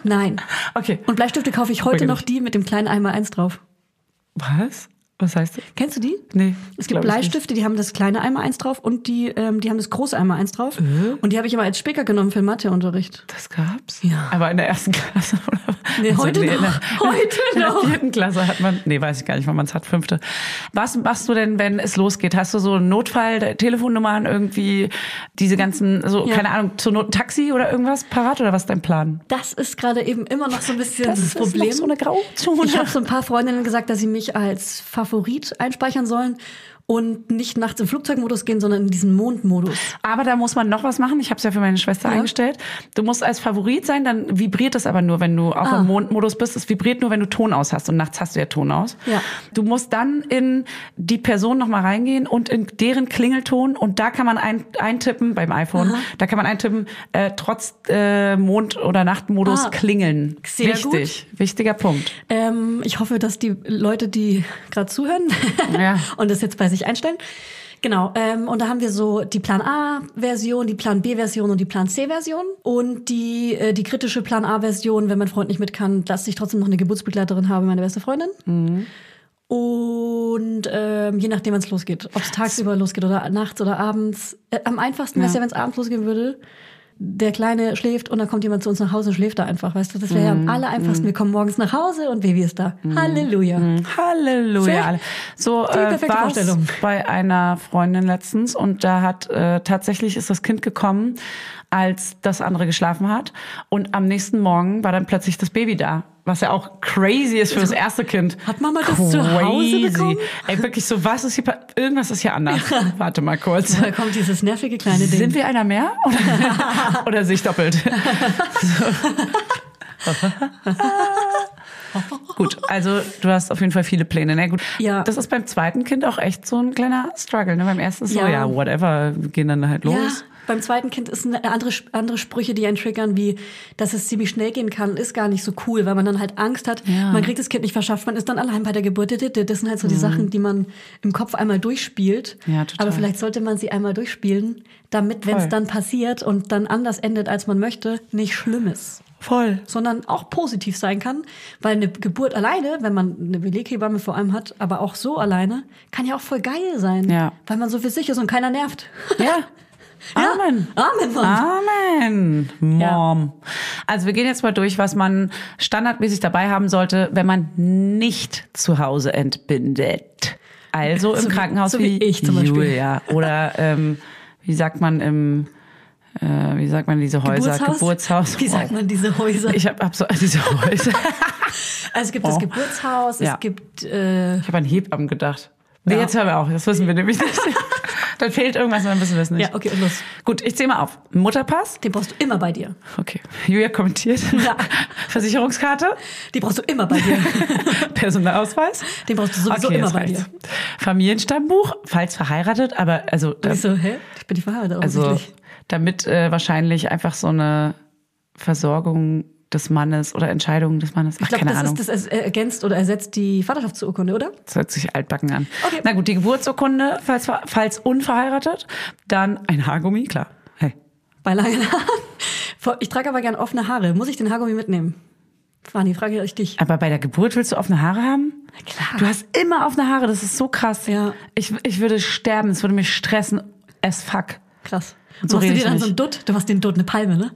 [SPEAKER 1] Nein.
[SPEAKER 2] [LAUGHS] Okay.
[SPEAKER 1] Und Bleistifte kaufe ich heute
[SPEAKER 2] Okay.
[SPEAKER 1] noch die mit dem kleinen Eimer 1 drauf.
[SPEAKER 2] Was? Was heißt das?
[SPEAKER 1] Kennst du die?
[SPEAKER 2] Nee,
[SPEAKER 1] Es gibt
[SPEAKER 2] glaub ich nicht.
[SPEAKER 1] Bleistifte, die haben das kleine Eimer 1 drauf und die, ähm, die haben das große Eimer 1 drauf.
[SPEAKER 2] Äh?
[SPEAKER 1] Und die habe ich immer als Spicker genommen für den Matheunterricht.
[SPEAKER 2] Das gab's?
[SPEAKER 1] Ja.
[SPEAKER 2] Aber in der ersten Klasse [LAUGHS] oder? Also,
[SPEAKER 1] Nee, heute
[SPEAKER 2] in der- [LAUGHS]
[SPEAKER 1] noch. Heute
[SPEAKER 2] in der
[SPEAKER 1] noch.
[SPEAKER 2] vierten Klasse hat man, nee, weiß ich gar nicht, wann man es hat, fünfte. Was machst du denn, wenn es losgeht? Hast du so einen Notfall, Telefonnummern irgendwie, diese ganzen, so,
[SPEAKER 1] Ja.
[SPEAKER 2] keine Ahnung, zur Not ein Taxi oder irgendwas parat oder was ist dein Plan?
[SPEAKER 1] Das ist gerade eben immer noch so ein bisschen das,
[SPEAKER 2] noch
[SPEAKER 1] Problem.
[SPEAKER 2] so eine Grauzone.
[SPEAKER 1] Ich habe so ein paar Freundinnen gesagt, dass sie mich als Favorit einspeichern sollen und nicht nachts im Flugzeugmodus gehen, sondern in diesen Mondmodus.
[SPEAKER 2] Aber da muss man noch was machen. Ich habe es ja für meine Schwester eingestellt. Du musst als Favorit sein, dann vibriert es aber nur, wenn du auch
[SPEAKER 1] Ah.
[SPEAKER 2] im Mondmodus bist. Es vibriert nur, wenn du Ton aus hast. Und nachts hast du ja Ton aus.
[SPEAKER 1] Ja.
[SPEAKER 2] Du musst dann in die Person nochmal reingehen und in deren Klingelton. Und da kann man ein, eintippen, beim iPhone, da kann man eintippen, äh, trotz äh, Mond- oder Nachtmodus
[SPEAKER 1] Ah.
[SPEAKER 2] klingeln.
[SPEAKER 1] Sehr
[SPEAKER 2] Wichtig. Wichtiger Punkt.
[SPEAKER 1] Ähm, ich hoffe, dass die Leute, die gerade zuhören [LAUGHS]
[SPEAKER 2] Ja.
[SPEAKER 1] und das jetzt bei sich einstellen. Genau, ähm, und da haben wir so die Plan A-Version, die Plan B-Version und die Plan C-Version. Und die, äh, die kritische Plan A-Version, wenn mein Freund nicht mit kann, dass ich trotzdem noch eine Geburtsbegleiterin habe, meine beste Freundin. Und ähm, je nachdem, wann es losgeht, ob es tagsüber losgeht oder nachts oder abends. Äh, am einfachsten wäre es ja, wenn es abends losgehen würde. Der Kleine schläft und dann kommt jemand zu uns nach Hause und schläft da einfach, weißt du? Das wäre ja
[SPEAKER 2] Mhm.
[SPEAKER 1] am aller einfachsten. Wir kommen morgens nach Hause und Baby ist da. Halleluja.
[SPEAKER 2] Mhm. Halleluja.
[SPEAKER 1] So,
[SPEAKER 2] alle. So
[SPEAKER 1] die
[SPEAKER 2] äh,
[SPEAKER 1] perfekte
[SPEAKER 2] war
[SPEAKER 1] Vorstellung.
[SPEAKER 2] bei einer Freundin letztens und da hat äh, tatsächlich ist das Kind gekommen, als das andere geschlafen hat und am nächsten Morgen war dann plötzlich das Baby da. Was ja auch crazy ist für das erste Kind.
[SPEAKER 1] Hat Mama das zu Hause bekommen?
[SPEAKER 2] Ey, wirklich so, was ist hier, pa- irgendwas ist hier anders. Warte mal kurz.
[SPEAKER 1] Da kommt dieses nervige kleine Ding.
[SPEAKER 2] Sind wir einer
[SPEAKER 1] [LAUGHS]
[SPEAKER 2] mehr? Oder, oder sehe ich doppelt? So. gut, also du hast auf jeden Fall viele Pläne. Na gut,
[SPEAKER 1] Ja.
[SPEAKER 2] das ist beim zweiten Kind auch echt so ein kleiner Struggle. Ne? Beim ersten ist so,
[SPEAKER 1] Ja.
[SPEAKER 2] ja. whatever, wir gehen dann halt
[SPEAKER 1] Ja,
[SPEAKER 2] los.
[SPEAKER 1] beim zweiten Kind ist eine andere, andere Sprüche, die einen triggern, wie, dass es ziemlich schnell gehen kann, ist gar nicht so cool, weil man dann halt Angst hat,
[SPEAKER 2] Ja. Mhm.
[SPEAKER 1] man kriegt das Kind nicht verschafft, man ist dann allein bei der Geburt. Das sind halt so die Sachen, die man im Kopf einmal durchspielt.
[SPEAKER 2] Ja, total.
[SPEAKER 1] Aber vielleicht sollte man sie einmal durchspielen, damit, wenn es
[SPEAKER 2] Voll.
[SPEAKER 1] dann passiert und dann anders endet, als man möchte, nicht schlimm ist.
[SPEAKER 2] Voll.
[SPEAKER 1] Sondern auch positiv sein kann, weil eine Geburt alleine, wenn man eine Beleghebamme vor allem hat, aber auch so alleine, kann ja auch voll geil sein.
[SPEAKER 2] Ja.
[SPEAKER 1] Weil man so für sich ist und keiner nervt.
[SPEAKER 2] Ja.
[SPEAKER 1] [LAUGHS]
[SPEAKER 2] Amen.
[SPEAKER 1] Amen, Mann.
[SPEAKER 2] Amen. Mom. Also wir gehen jetzt mal durch, was man standardmäßig dabei haben sollte, wenn man nicht zu Hause entbindet. Also im
[SPEAKER 1] So wie-
[SPEAKER 2] Krankenhaus
[SPEAKER 1] so wie ich zum Beispiel.
[SPEAKER 2] Julia. Oder ähm, wie sagt man im äh, wie sagt man diese Häuser?
[SPEAKER 1] Geburtshaus?
[SPEAKER 2] Geburtshaus.
[SPEAKER 1] Wie sagt
[SPEAKER 2] Wow.
[SPEAKER 1] man diese Häuser?
[SPEAKER 2] Ich habe hab so diese Häuser. [LAUGHS]
[SPEAKER 1] also es gibt das
[SPEAKER 2] Oh.
[SPEAKER 1] Geburtshaus,
[SPEAKER 2] Ja.
[SPEAKER 1] es gibt äh,
[SPEAKER 2] Ich habe an Hebammen gedacht. Nee,
[SPEAKER 1] Ja.
[SPEAKER 2] jetzt hören wir auch. Das wissen wir nämlich
[SPEAKER 1] [LAUGHS]
[SPEAKER 2] nicht. Dann fehlt irgendwas, dann wissen wir es nicht.
[SPEAKER 1] Ja, okay, und los.
[SPEAKER 2] Gut, ich zähle mal auf. Mutterpass.
[SPEAKER 1] den brauchst du immer bei dir.
[SPEAKER 2] Okay. Julia kommentiert.
[SPEAKER 1] [LAUGHS] Ja.
[SPEAKER 2] Versicherungskarte.
[SPEAKER 1] Die brauchst du immer bei dir.
[SPEAKER 2] [LAUGHS] Personalausweis.
[SPEAKER 1] Den brauchst du sowieso immer
[SPEAKER 2] das
[SPEAKER 1] bei
[SPEAKER 2] reicht's.
[SPEAKER 1] dir.
[SPEAKER 2] Familienstammbuch, falls verheiratet, aber also,
[SPEAKER 1] Und
[SPEAKER 2] da,
[SPEAKER 1] ich so, hä? Ich bin die verheiratet
[SPEAKER 2] also
[SPEAKER 1] offensichtlich.
[SPEAKER 2] damit äh, wahrscheinlich einfach so eine Versorgung des Mannes oder Entscheidungen des Mannes. Ach,
[SPEAKER 1] ich glaube,
[SPEAKER 2] keine
[SPEAKER 1] das
[SPEAKER 2] Ahnung.
[SPEAKER 1] ist das es- äh, ergänzt oder ersetzt die Vaterschaftsurkunde, oder?
[SPEAKER 2] Das hört sich altbacken an.
[SPEAKER 1] Okay.
[SPEAKER 2] Na gut, die Geburtsurkunde, falls, ver- falls unverheiratet, dann ein Haargummi, klar. Hey.
[SPEAKER 1] Bei langen Haaren. Vor- Ich trage aber gern offene Haare. Muss ich den Haargummi mitnehmen? Fanny, frage ich dich.
[SPEAKER 2] Aber bei der Geburt willst du offene Haare haben?
[SPEAKER 1] Klar.
[SPEAKER 2] Du hast immer offene Haare, das ist so krass.
[SPEAKER 1] Ja.
[SPEAKER 2] Ich, ich würde sterben, es würde mich stressen as fuck.
[SPEAKER 1] Krass.
[SPEAKER 2] Und so
[SPEAKER 1] machst du
[SPEAKER 2] rede
[SPEAKER 1] dir
[SPEAKER 2] ich
[SPEAKER 1] dann
[SPEAKER 2] nicht.
[SPEAKER 1] so einen Dutt? Du machst den Dutt, eine Palme, ne?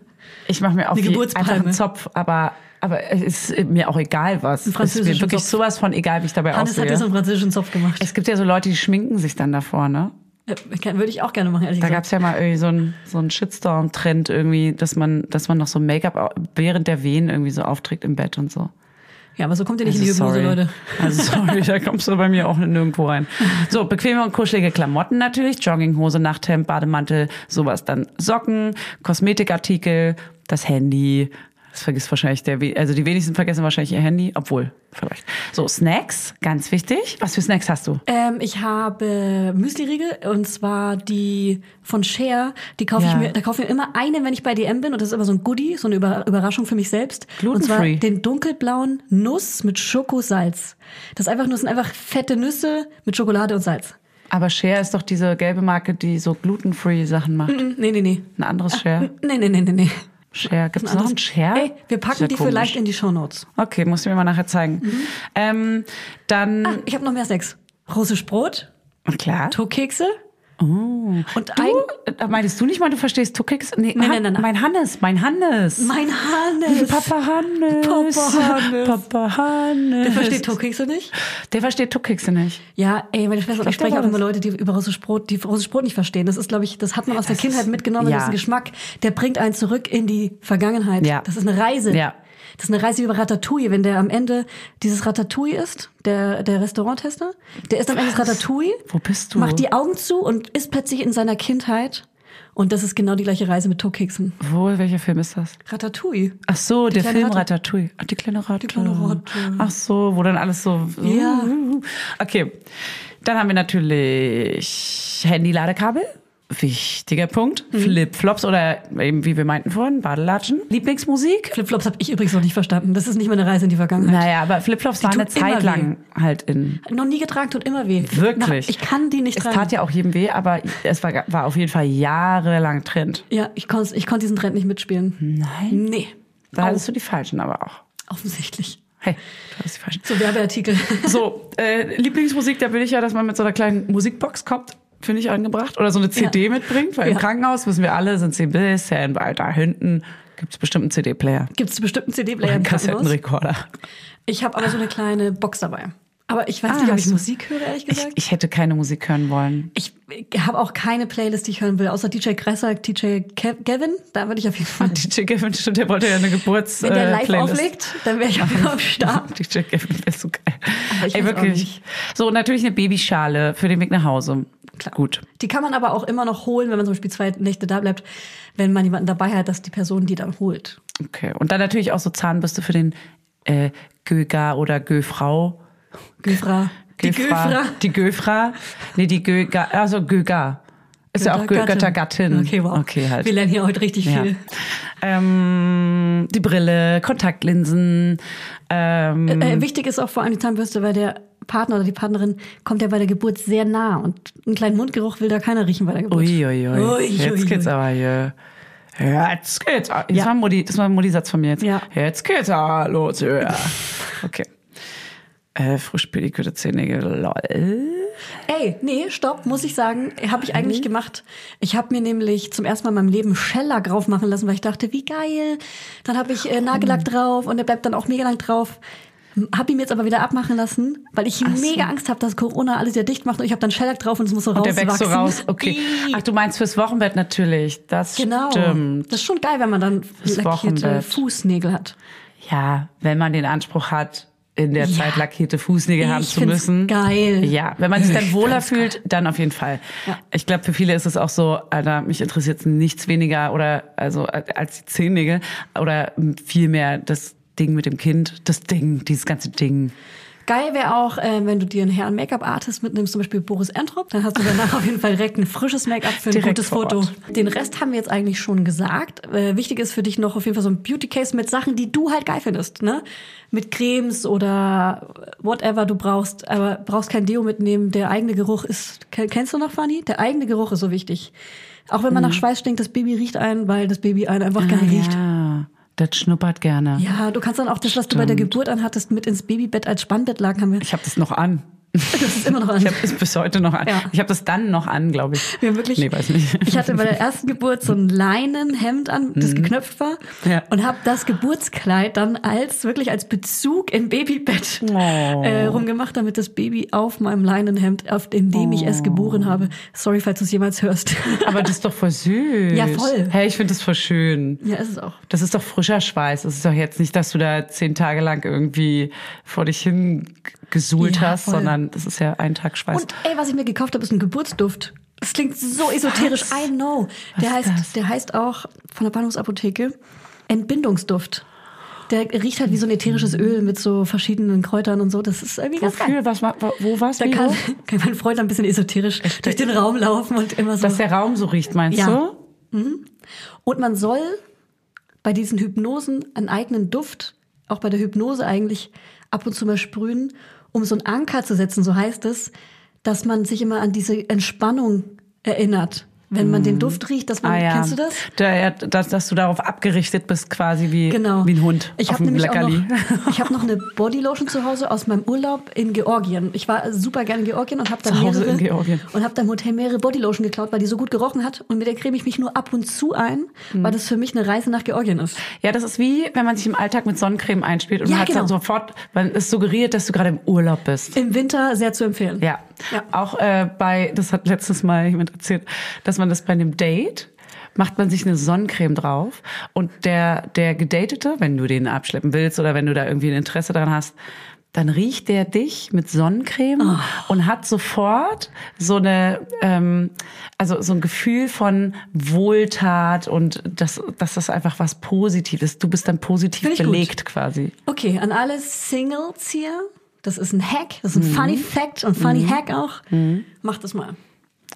[SPEAKER 2] Ich mache mir auch
[SPEAKER 1] Eine
[SPEAKER 2] je-
[SPEAKER 1] Geburtspalme.
[SPEAKER 2] einfach einen Zopf, aber, aber es ist mir auch egal was.
[SPEAKER 1] Einen
[SPEAKER 2] Es ist mir
[SPEAKER 1] französischen
[SPEAKER 2] wirklich
[SPEAKER 1] Zopf.
[SPEAKER 2] sowas von egal, wie ich dabei
[SPEAKER 1] Hannes hat
[SPEAKER 2] aussehe.
[SPEAKER 1] jetzt einen französischen Zopf gemacht.
[SPEAKER 2] es gibt ja so Leute, die schminken sich dann davor, ne?
[SPEAKER 1] Äh, kann- Würde ich auch gerne machen, ehrlich
[SPEAKER 2] Da
[SPEAKER 1] gesagt.
[SPEAKER 2] gab's ja mal irgendwie so einen so einen Shitstorm-Trend irgendwie, dass man, dass man noch so Make-up au- während der Wehen irgendwie so aufträgt im Bett und so.
[SPEAKER 1] Ja, aber so kommt ihr nicht in die Hypnose, Leute.
[SPEAKER 2] Also sorry, da kommst du bei mir auch nirgendwo rein. So, bequeme und kuschelige Klamotten natürlich, Jogginghose, Nachthemd, Bademantel, sowas dann Socken, Kosmetikartikel, das Handy. Das vergisst wahrscheinlich der, we- also die wenigsten vergessen wahrscheinlich ihr Handy, obwohl, vielleicht. So, Snacks, ganz wichtig. Was für Snacks hast du?
[SPEAKER 1] Ähm, ich habe Müsli-Riegel und zwar die von Share. Die kaufe
[SPEAKER 2] Ja.
[SPEAKER 1] ich mir, da kaufe ich mir immer eine, wenn ich bei DM bin und das ist immer so ein Goodie, so eine Über Überraschung für mich selbst. Und zwar
[SPEAKER 2] Glutenfree.
[SPEAKER 1] den dunkelblauen Nuss mit Schokosalz. Das ist einfach nur das sind einfach fette Nüsse mit Schokolade und Salz.
[SPEAKER 2] Aber Share ist doch diese gelbe Marke, die so glutenfree Sachen macht.
[SPEAKER 1] Mm, Nee, nee, nee.
[SPEAKER 2] Ein anderes Share.
[SPEAKER 1] Nee, nee, nee, nee, nee.
[SPEAKER 2] Share. Gibt es noch Ah. ein Share?
[SPEAKER 1] Ey, wir packen
[SPEAKER 2] Sehr
[SPEAKER 1] die
[SPEAKER 2] komisch.
[SPEAKER 1] vielleicht in die Shownotes.
[SPEAKER 2] Okay, musst du mir mal nachher zeigen. Ähm, dann,
[SPEAKER 1] Ah, ich habe noch mehr Snacks. Russisch Brot,
[SPEAKER 2] klar.
[SPEAKER 1] Tuckkekse. Und ein,
[SPEAKER 2] Oh. Du, äh, meinst du nicht mal, du verstehst Tuckix? Nee, Han-
[SPEAKER 1] nein, nein, nein.
[SPEAKER 2] Mein Hannes, mein Hannes.
[SPEAKER 1] mein Hannes.
[SPEAKER 2] Papa Hannes.
[SPEAKER 1] Papa Hannes.
[SPEAKER 2] Papa Hannes.
[SPEAKER 1] Der versteht Tuckkekse nicht.
[SPEAKER 2] Der versteht Tuckixe nicht.
[SPEAKER 1] Ja, ey, meine Schwester und ich
[SPEAKER 2] Schlechter
[SPEAKER 1] sprechen auch
[SPEAKER 2] war das.
[SPEAKER 1] immer Leute, die über russisch Brot, die russisch Brot nicht verstehen. Das ist, glaube ich, das hat man aus der Kindheit mitgenommen.
[SPEAKER 2] ja.
[SPEAKER 1] Das ist ein Geschmack, der bringt einen zurück in die Vergangenheit.
[SPEAKER 2] Ja.
[SPEAKER 1] Das ist eine Reise.
[SPEAKER 2] Ja.
[SPEAKER 1] Das ist eine Reise über Ratatouille. Wenn der am Ende dieses Ratatouille ist, der, der Restauranttester, der ist am Ende das Ratatouille.
[SPEAKER 2] Wo bist du?
[SPEAKER 1] Macht die Augen zu und ist plötzlich in seiner Kindheit. Und das ist genau die gleiche Reise mit Tokixen.
[SPEAKER 2] Wo, welcher Film ist das?
[SPEAKER 1] Ratatouille.
[SPEAKER 2] Ach so, der
[SPEAKER 1] kleine
[SPEAKER 2] Film
[SPEAKER 1] Ratte.
[SPEAKER 2] Ratatouille. Ach, die kleine Ratte. Die
[SPEAKER 1] kleine Ratte.
[SPEAKER 2] Ach so, wo dann alles so... uh,
[SPEAKER 1] Ja.
[SPEAKER 2] Okay, dann haben wir natürlich Handy-Ladekabel. Wichtiger Punkt.
[SPEAKER 1] Mhm.
[SPEAKER 2] Flipflops oder eben, wie wir meinten vorhin, Badelatschen. Lieblingsmusik.
[SPEAKER 1] Flipflops habe ich übrigens noch nicht verstanden. Das ist nicht meine Reise in die Vergangenheit.
[SPEAKER 2] Naja, aber Flipflops waren eine
[SPEAKER 1] tun immer
[SPEAKER 2] Zeit lang halt in.
[SPEAKER 1] Noch nie getragen, tut immer weh.
[SPEAKER 2] Wirklich.
[SPEAKER 1] Na, ich kann die nicht
[SPEAKER 2] Es
[SPEAKER 1] tragen.
[SPEAKER 2] tat ja auch jedem weh, aber es war, war auf jeden Fall jahrelang Trend.
[SPEAKER 1] Ja, ich konnte ich konnt diesen Trend nicht mitspielen. Nein. Nee,
[SPEAKER 2] Da hattest du die falschen aber auch.
[SPEAKER 1] offensichtlich.
[SPEAKER 2] Hey, du hast die falschen.
[SPEAKER 1] [LAUGHS] So Werbeartikel.
[SPEAKER 2] So, äh, Lieblingsmusik, da will ich ja, dass man mit so einer kleinen Musikbox kommt. Finde ich angebracht. Oder so eine CD
[SPEAKER 1] Ja.
[SPEAKER 2] mitbringt, weil im
[SPEAKER 1] Ja.
[SPEAKER 2] Krankenhaus wissen wir alle, sind sie ein bisschen weiter hinten. Gibt es bestimmt einen CD-Player.
[SPEAKER 1] Gibt es bestimmten
[SPEAKER 2] Oder
[SPEAKER 1] CD-Player
[SPEAKER 2] einen
[SPEAKER 1] im Krankenhaus?
[SPEAKER 2] Kassettenrekorder.
[SPEAKER 1] Ich habe aber so eine kleine Box dabei. Aber ich weiß
[SPEAKER 2] Ah,
[SPEAKER 1] nicht, ob
[SPEAKER 2] hast
[SPEAKER 1] ich
[SPEAKER 2] du-
[SPEAKER 1] Musik höre, ehrlich
[SPEAKER 2] Ich,
[SPEAKER 1] gesagt.
[SPEAKER 2] ich hätte keine Musik hören wollen.
[SPEAKER 1] Ich, ich habe auch keine Playlist, die ich hören will, außer DJ Kresser, DJ Kev Gavin. Da würde ich auf jeden [LAUGHS] Fall.
[SPEAKER 2] DJ Gavin, stimmt, der wollte ja eine Geburts.
[SPEAKER 1] Wenn der
[SPEAKER 2] äh,
[SPEAKER 1] live
[SPEAKER 2] Playlist.
[SPEAKER 1] auflegt, dann wäre ich auf jeden Fall am Start.
[SPEAKER 2] DJ Gavin wäre so geil.
[SPEAKER 1] Aber ich
[SPEAKER 2] Ey,
[SPEAKER 1] weiß auch
[SPEAKER 2] wirklich.
[SPEAKER 1] nicht.
[SPEAKER 2] So, und natürlich eine Babyschale für den Weg nach Hause.
[SPEAKER 1] Klar.
[SPEAKER 2] Gut.
[SPEAKER 1] Die kann man aber auch immer noch holen, wenn man zum Beispiel zwei Nächte da bleibt, wenn man jemanden dabei hat, dass die Person die dann holt.
[SPEAKER 2] Okay. Und dann natürlich auch so Zahnbürste für den äh, Göga oder Göfrau.
[SPEAKER 1] Güfra. Die Güfra.
[SPEAKER 2] Die Göfra. Nee, die Göga. Also Göga. Ist ja auch Gö- Göttergattin.
[SPEAKER 1] Okay, wow.
[SPEAKER 2] Okay, halt.
[SPEAKER 1] Wir lernen hier heute richtig
[SPEAKER 2] Ja.
[SPEAKER 1] viel.
[SPEAKER 2] Ähm, die Brille, Kontaktlinsen. Ähm,
[SPEAKER 1] Äh, wichtig ist auch vor allem die Zahnbürste, weil der Partner oder die Partnerin kommt ja bei der Geburt sehr nah und einen kleinen Mundgeruch will da keiner riechen bei der Geburt.
[SPEAKER 2] Uiuiui.
[SPEAKER 1] Ui,
[SPEAKER 2] Jetzt
[SPEAKER 1] ui,
[SPEAKER 2] geht's
[SPEAKER 1] ui.
[SPEAKER 2] aber hier. Jetzt geht's. ah, Das,
[SPEAKER 1] Ja.
[SPEAKER 2] war ein Mutti, das war ein Mutti-Satz von mir jetzt.
[SPEAKER 1] Ja.
[SPEAKER 2] Jetzt geht's aber los.
[SPEAKER 1] [LAUGHS]
[SPEAKER 2] Ja. Okay. Äh, Frischpediküre, Zähnägel, lol.
[SPEAKER 1] Ey, nee, stopp, muss ich sagen, habe ich
[SPEAKER 2] Mhm.
[SPEAKER 1] eigentlich gemacht. Ich habe mir nämlich zum ersten Mal in meinem Leben Schellack drauf machen lassen, weil ich dachte, wie geil. Dann habe ich äh,
[SPEAKER 2] Mhm.
[SPEAKER 1] Nagellack drauf und der bleibt dann auch mega lang drauf. Hab ihn jetzt aber wieder abmachen lassen, weil ich mega Angst habe, dass Corona alles wieder dicht macht und ich habe dann Schellack drauf und es muss so
[SPEAKER 2] Und der
[SPEAKER 1] rauswachsen.
[SPEAKER 2] wächst so raus. Okay.
[SPEAKER 1] Ih.
[SPEAKER 2] Ach, du meinst fürs Wochenbett natürlich. Das
[SPEAKER 1] Genau.
[SPEAKER 2] stimmt.
[SPEAKER 1] Das ist schon geil, wenn man dann lackierte
[SPEAKER 2] Wochenbett.
[SPEAKER 1] Fußnägel hat.
[SPEAKER 2] Ja, wenn man den Anspruch hat, in der
[SPEAKER 1] Ja.
[SPEAKER 2] Zeit lackierte Fußnägel haben
[SPEAKER 1] Ich
[SPEAKER 2] zu
[SPEAKER 1] find's
[SPEAKER 2] müssen.
[SPEAKER 1] geil.
[SPEAKER 2] Ja, wenn man sich
[SPEAKER 1] [LAUGHS]
[SPEAKER 2] dann wohler fühlt, dann auf jeden Fall.
[SPEAKER 1] Ja.
[SPEAKER 2] Ich glaube, für viele ist es auch so, Alter, mich interessiert nichts weniger oder also als die Zehennägel oder vielmehr das Ding mit dem Kind, das Ding, dieses ganze Ding.
[SPEAKER 1] Geil wäre auch, äh, wenn du dir einen Herrn Make-up-Artist mitnimmst, zum Beispiel Boris Entrop, dann hast du
[SPEAKER 2] [LAUGHS]
[SPEAKER 1] danach auf jeden Fall direkt ein frisches Make-up für ein
[SPEAKER 2] Direkt
[SPEAKER 1] gutes
[SPEAKER 2] vor
[SPEAKER 1] Foto.
[SPEAKER 2] Ort.
[SPEAKER 1] Den Rest haben wir jetzt eigentlich schon gesagt. Äh, wichtig ist für dich noch auf jeden Fall so ein Beauty-Case mit Sachen, die du halt geil findest, ne? Mit Cremes oder whatever du brauchst, aber brauchst kein Deo mitnehmen. Der eigene Geruch ist, Ken- kennst du noch, Fanny? Der eigene Geruch ist so wichtig. Auch wenn man nach Schweiß stinkt, das Baby riecht einen, weil das Baby einen einfach geil riecht.
[SPEAKER 2] Mhm. Ah, Ja, das schnuppert gerne. [LAUGHS]
[SPEAKER 1] Ja, du kannst dann auch das, was du bei der Geburt anhattest, mit ins Babybett als Spannbettlaken haben wir.
[SPEAKER 2] Ich habe das noch an.
[SPEAKER 1] Das ist immer noch an.
[SPEAKER 2] Ich habe es bis heute noch an.
[SPEAKER 1] Ja.
[SPEAKER 2] Ich habe das dann noch an, glaube ich.
[SPEAKER 1] Ja, wirklich.
[SPEAKER 2] Nee, weiß nicht. Mhm.
[SPEAKER 1] Ich
[SPEAKER 2] [LAUGHS]
[SPEAKER 1] hatte bei der ersten Geburt so ein Leinenhemd an, das geknöpft war.
[SPEAKER 2] Ja.
[SPEAKER 1] Und habe das Geburtskleid dann als wirklich als Bezug im Babybett
[SPEAKER 2] Oh.
[SPEAKER 1] äh, rumgemacht, damit das Baby auf meinem Leinenhemd, auf in dem ich es geboren habe. Sorry, falls du es jemals hörst.
[SPEAKER 2] Oh. Aber das ist doch voll süß.
[SPEAKER 1] Ja, voll.
[SPEAKER 2] Hey, ich finde das voll schön.
[SPEAKER 1] [LAUGHS] ja, ist es auch.
[SPEAKER 2] Das ist doch frischer Schweiß. Das ist doch jetzt nicht, dass du da zehn Tage lang irgendwie vor dich hin gesuhlt
[SPEAKER 1] Ja,
[SPEAKER 2] hast,
[SPEAKER 1] voll.
[SPEAKER 2] sondern das ist ja ein Tag Schweiß.
[SPEAKER 1] Und ey, was ich mir gekauft habe, ist ein Geburtsduft. Das klingt so esoterisch. I know. Der
[SPEAKER 2] Was ist das?
[SPEAKER 1] heißt, der heißt auch von der Bahnhofsapotheke Entbindungsduft. Der riecht halt wie so ein ätherisches Öl mit so verschiedenen Kräutern und so. Das ist irgendwie ganz geil.
[SPEAKER 2] Wofür? Was, ma- wo- wo war's?
[SPEAKER 1] Da
[SPEAKER 2] wie,
[SPEAKER 1] kann, [LAUGHS]
[SPEAKER 2] wo?
[SPEAKER 1] kann mein Freund ein bisschen esoterisch durch den Raum laufen und immer so.
[SPEAKER 2] Dass der Raum so riecht, meinst
[SPEAKER 1] Ja.
[SPEAKER 2] du?
[SPEAKER 1] Und man soll bei diesen Hypnosen einen eigenen Duft, auch bei der Hypnose eigentlich, ab und zu mal sprühen, um so einen Anker zu setzen, so heißt es, dass man sich immer an diese Entspannung erinnert. Wenn
[SPEAKER 2] Mhm.
[SPEAKER 1] man den Duft riecht, dass man, kennst du das?
[SPEAKER 2] Ah, Da, ja, dass, dass du darauf abgerichtet bist, quasi wie,
[SPEAKER 1] Genau.
[SPEAKER 2] wie ein Hund
[SPEAKER 1] Ich
[SPEAKER 2] auf
[SPEAKER 1] habe
[SPEAKER 2] dem
[SPEAKER 1] nämlich auch
[SPEAKER 2] Leckerli.
[SPEAKER 1] noch, [LAUGHS] ich habe noch eine Bodylotion zu Hause aus meinem Urlaub in Georgien. Ich war super gerne in Georgien und habe da
[SPEAKER 2] Zu Hause
[SPEAKER 1] mehrere
[SPEAKER 2] in Georgien.
[SPEAKER 1] und habe da im Hotel mehrere Bodylotion geklaut, weil die so gut gerochen hat und mit der creme ich mich nur ab und zu ein,
[SPEAKER 2] Mhm.
[SPEAKER 1] weil das für mich eine Reise nach Georgien ist.
[SPEAKER 2] Ja, das ist wie, wenn man sich im Alltag mit Sonnencreme einspielt und
[SPEAKER 1] Ja,
[SPEAKER 2] man hat dann
[SPEAKER 1] genau.
[SPEAKER 2] sofort, man ist suggeriert, dass du gerade im Urlaub bist.
[SPEAKER 1] Im Winter sehr zu empfehlen.
[SPEAKER 2] Ja.
[SPEAKER 1] Ja.
[SPEAKER 2] Auch äh, bei, das hat letztes Mal jemand erzählt, dass man das bei einem Date macht man sich eine Sonnencreme drauf und der der gedatete, wenn du den abschleppen willst oder wenn du da irgendwie ein Interesse daran hast, dann riecht der dich mit Sonnencreme
[SPEAKER 1] Oh.
[SPEAKER 2] und hat sofort so eine ähm, also so ein Gefühl von Wohltat und dass dass das einfach was Positives. Du bist dann positiv
[SPEAKER 1] Finde ich gut.
[SPEAKER 2] belegt quasi.
[SPEAKER 1] Okay, an alle Singles hier. Das ist ein Hack, das ist
[SPEAKER 2] Mhm.
[SPEAKER 1] ein Funny Fact und Funny Hack auch. Macht das mal.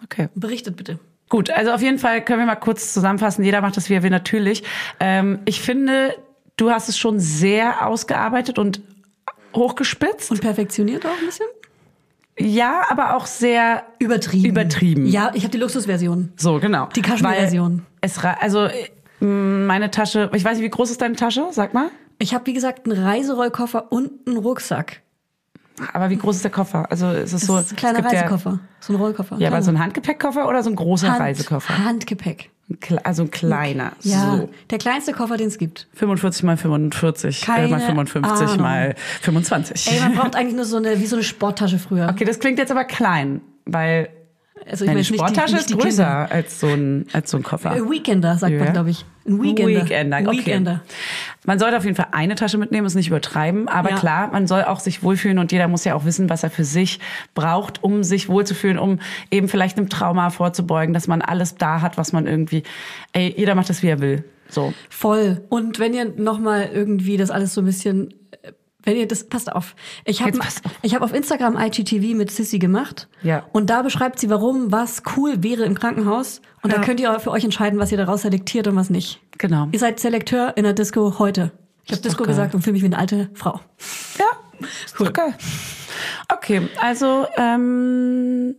[SPEAKER 2] Okay.
[SPEAKER 1] Berichtet bitte.
[SPEAKER 2] Mhm. Gut, also auf jeden Fall können wir mal kurz zusammenfassen. Jeder macht das, wie er will, natürlich. Ähm, ich finde, du hast es schon sehr ausgearbeitet und hochgespitzt.
[SPEAKER 1] Und perfektioniert auch ein bisschen?
[SPEAKER 2] ja, aber auch sehr
[SPEAKER 1] Übertrieben.
[SPEAKER 2] Übertrieben.
[SPEAKER 1] Ja, ich habe die Luxusversion.
[SPEAKER 2] so, genau.
[SPEAKER 1] Die Kaschmir-Version.
[SPEAKER 2] Weil Es rei- also äh, mh, meine Tasche, ich weiß nicht, wie groß ist deine Tasche? Sag mal.
[SPEAKER 1] Ich habe, wie gesagt, einen Reiserollkoffer und einen Rucksack.
[SPEAKER 2] Aber wie groß ist der Koffer? Also es ist
[SPEAKER 1] Das
[SPEAKER 2] so
[SPEAKER 1] ist ein kleiner
[SPEAKER 2] es gibt ja-
[SPEAKER 1] Reisekoffer. so ein Rollkoffer.
[SPEAKER 2] Ja, aber so
[SPEAKER 1] ein
[SPEAKER 2] ein Handgepäckkoffer oder so ein großer
[SPEAKER 1] kleiner.
[SPEAKER 2] Reisekoffer?
[SPEAKER 1] Handgepäck.
[SPEAKER 2] Ein kle- Also ein kleiner.
[SPEAKER 1] Ja,
[SPEAKER 2] So.
[SPEAKER 1] der kleinste Koffer, den es gibt.
[SPEAKER 2] 45 mal 45 äh, mal
[SPEAKER 1] Keine
[SPEAKER 2] 55
[SPEAKER 1] Ahnung.
[SPEAKER 2] mal 25.
[SPEAKER 1] Ey, man braucht eigentlich nur so eine, wie so eine Sporttasche früher.
[SPEAKER 2] Okay, das klingt jetzt aber klein, weil
[SPEAKER 1] Also
[SPEAKER 2] eine
[SPEAKER 1] meine, nicht die-
[SPEAKER 2] Sporttasche
[SPEAKER 1] nicht die
[SPEAKER 2] ist größer
[SPEAKER 1] Kinder.
[SPEAKER 2] als so ein, als so ein Koffer.
[SPEAKER 1] Äh, Weekender, sagt
[SPEAKER 2] Ja.
[SPEAKER 1] man, glaube ich. Ein Weekender.
[SPEAKER 2] Weekender.
[SPEAKER 1] Ein
[SPEAKER 2] Okay.
[SPEAKER 1] Weekender.
[SPEAKER 2] Man sollte auf jeden Fall eine Tasche mitnehmen, ist nicht übertreiben, aber
[SPEAKER 1] Ja.
[SPEAKER 2] klar, man soll auch sich wohlfühlen und jeder muss ja auch wissen, was er für sich braucht, um sich wohlzufühlen, um eben vielleicht einem Trauma vorzubeugen, dass man alles da hat, was man irgendwie, ey, jeder macht das, wie er will. So.
[SPEAKER 1] Voll. Und wenn ihr nochmal irgendwie das alles so ein bisschen, äh, wenn ihr das, passt auf. Ich habe
[SPEAKER 2] Jetzt passt auf.
[SPEAKER 1] ich hab auf Instagram IGTV mit Sissy gemacht.
[SPEAKER 2] Ja.
[SPEAKER 1] Und da beschreibt sie, warum was cool wäre im Krankenhaus. Und
[SPEAKER 2] Ja.
[SPEAKER 1] da könnt ihr für euch entscheiden, was ihr daraus selektiert und was nicht.
[SPEAKER 2] Genau.
[SPEAKER 1] Ihr seid Selekteur in der Disco heute. Ich habe
[SPEAKER 2] Ist doch
[SPEAKER 1] Disco
[SPEAKER 2] geil.
[SPEAKER 1] gesagt und fühle mich wie eine alte Frau.
[SPEAKER 2] Ja, ist doch geil. Okay, also ähm,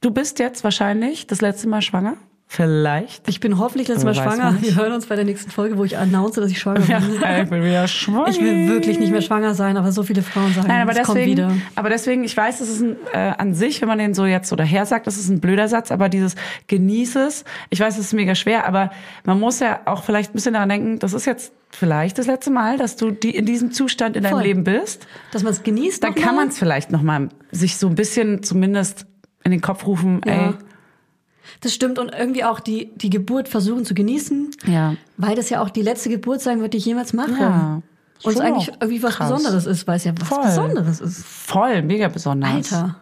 [SPEAKER 2] du bist jetzt wahrscheinlich das letzte Mal schwanger. Vielleicht.
[SPEAKER 1] Ich bin hoffentlich letztes Mal
[SPEAKER 2] Aber weiß
[SPEAKER 1] schwanger.
[SPEAKER 2] man
[SPEAKER 1] Wir hören uns bei der nächsten Folge, wo ich announce, dass ich schwanger bin.
[SPEAKER 2] [LAUGHS] ich bin wieder schwanger.
[SPEAKER 1] Ich will wirklich nicht mehr schwanger sein, aber so viele Frauen sagen,
[SPEAKER 2] Nein, aber
[SPEAKER 1] es kommt wieder.
[SPEAKER 2] deswegen, aber deswegen, ich weiß, das ist ein, äh, an sich, wenn man den so jetzt oder her sagt, das ist ein blöder Satz, aber dieses genieße es, ich weiß, es ist mega schwer, aber man muss ja auch vielleicht ein bisschen daran denken, das ist jetzt vielleicht das letzte Mal, dass du die in diesem Zustand in deinem
[SPEAKER 1] Voll.
[SPEAKER 2] Leben bist.
[SPEAKER 1] Dass man es genießt.
[SPEAKER 2] Dann
[SPEAKER 1] noch
[SPEAKER 2] kann
[SPEAKER 1] mal.
[SPEAKER 2] man es vielleicht nochmal sich so ein bisschen zumindest in den Kopf rufen,
[SPEAKER 1] Ja.
[SPEAKER 2] ey,
[SPEAKER 1] Das stimmt und irgendwie auch die, die Geburt versuchen zu genießen.
[SPEAKER 2] Ja.
[SPEAKER 1] Weil das ja auch die letzte Geburt sein wird, die ich jemals mache.
[SPEAKER 2] Ja.
[SPEAKER 1] Und es
[SPEAKER 2] Schon
[SPEAKER 1] eigentlich
[SPEAKER 2] auch
[SPEAKER 1] irgendwie was
[SPEAKER 2] krass.
[SPEAKER 1] Besonderes ist, weil es ja was
[SPEAKER 2] Voll.
[SPEAKER 1] Besonderes ist.
[SPEAKER 2] voll, mega besonders.
[SPEAKER 1] Alter.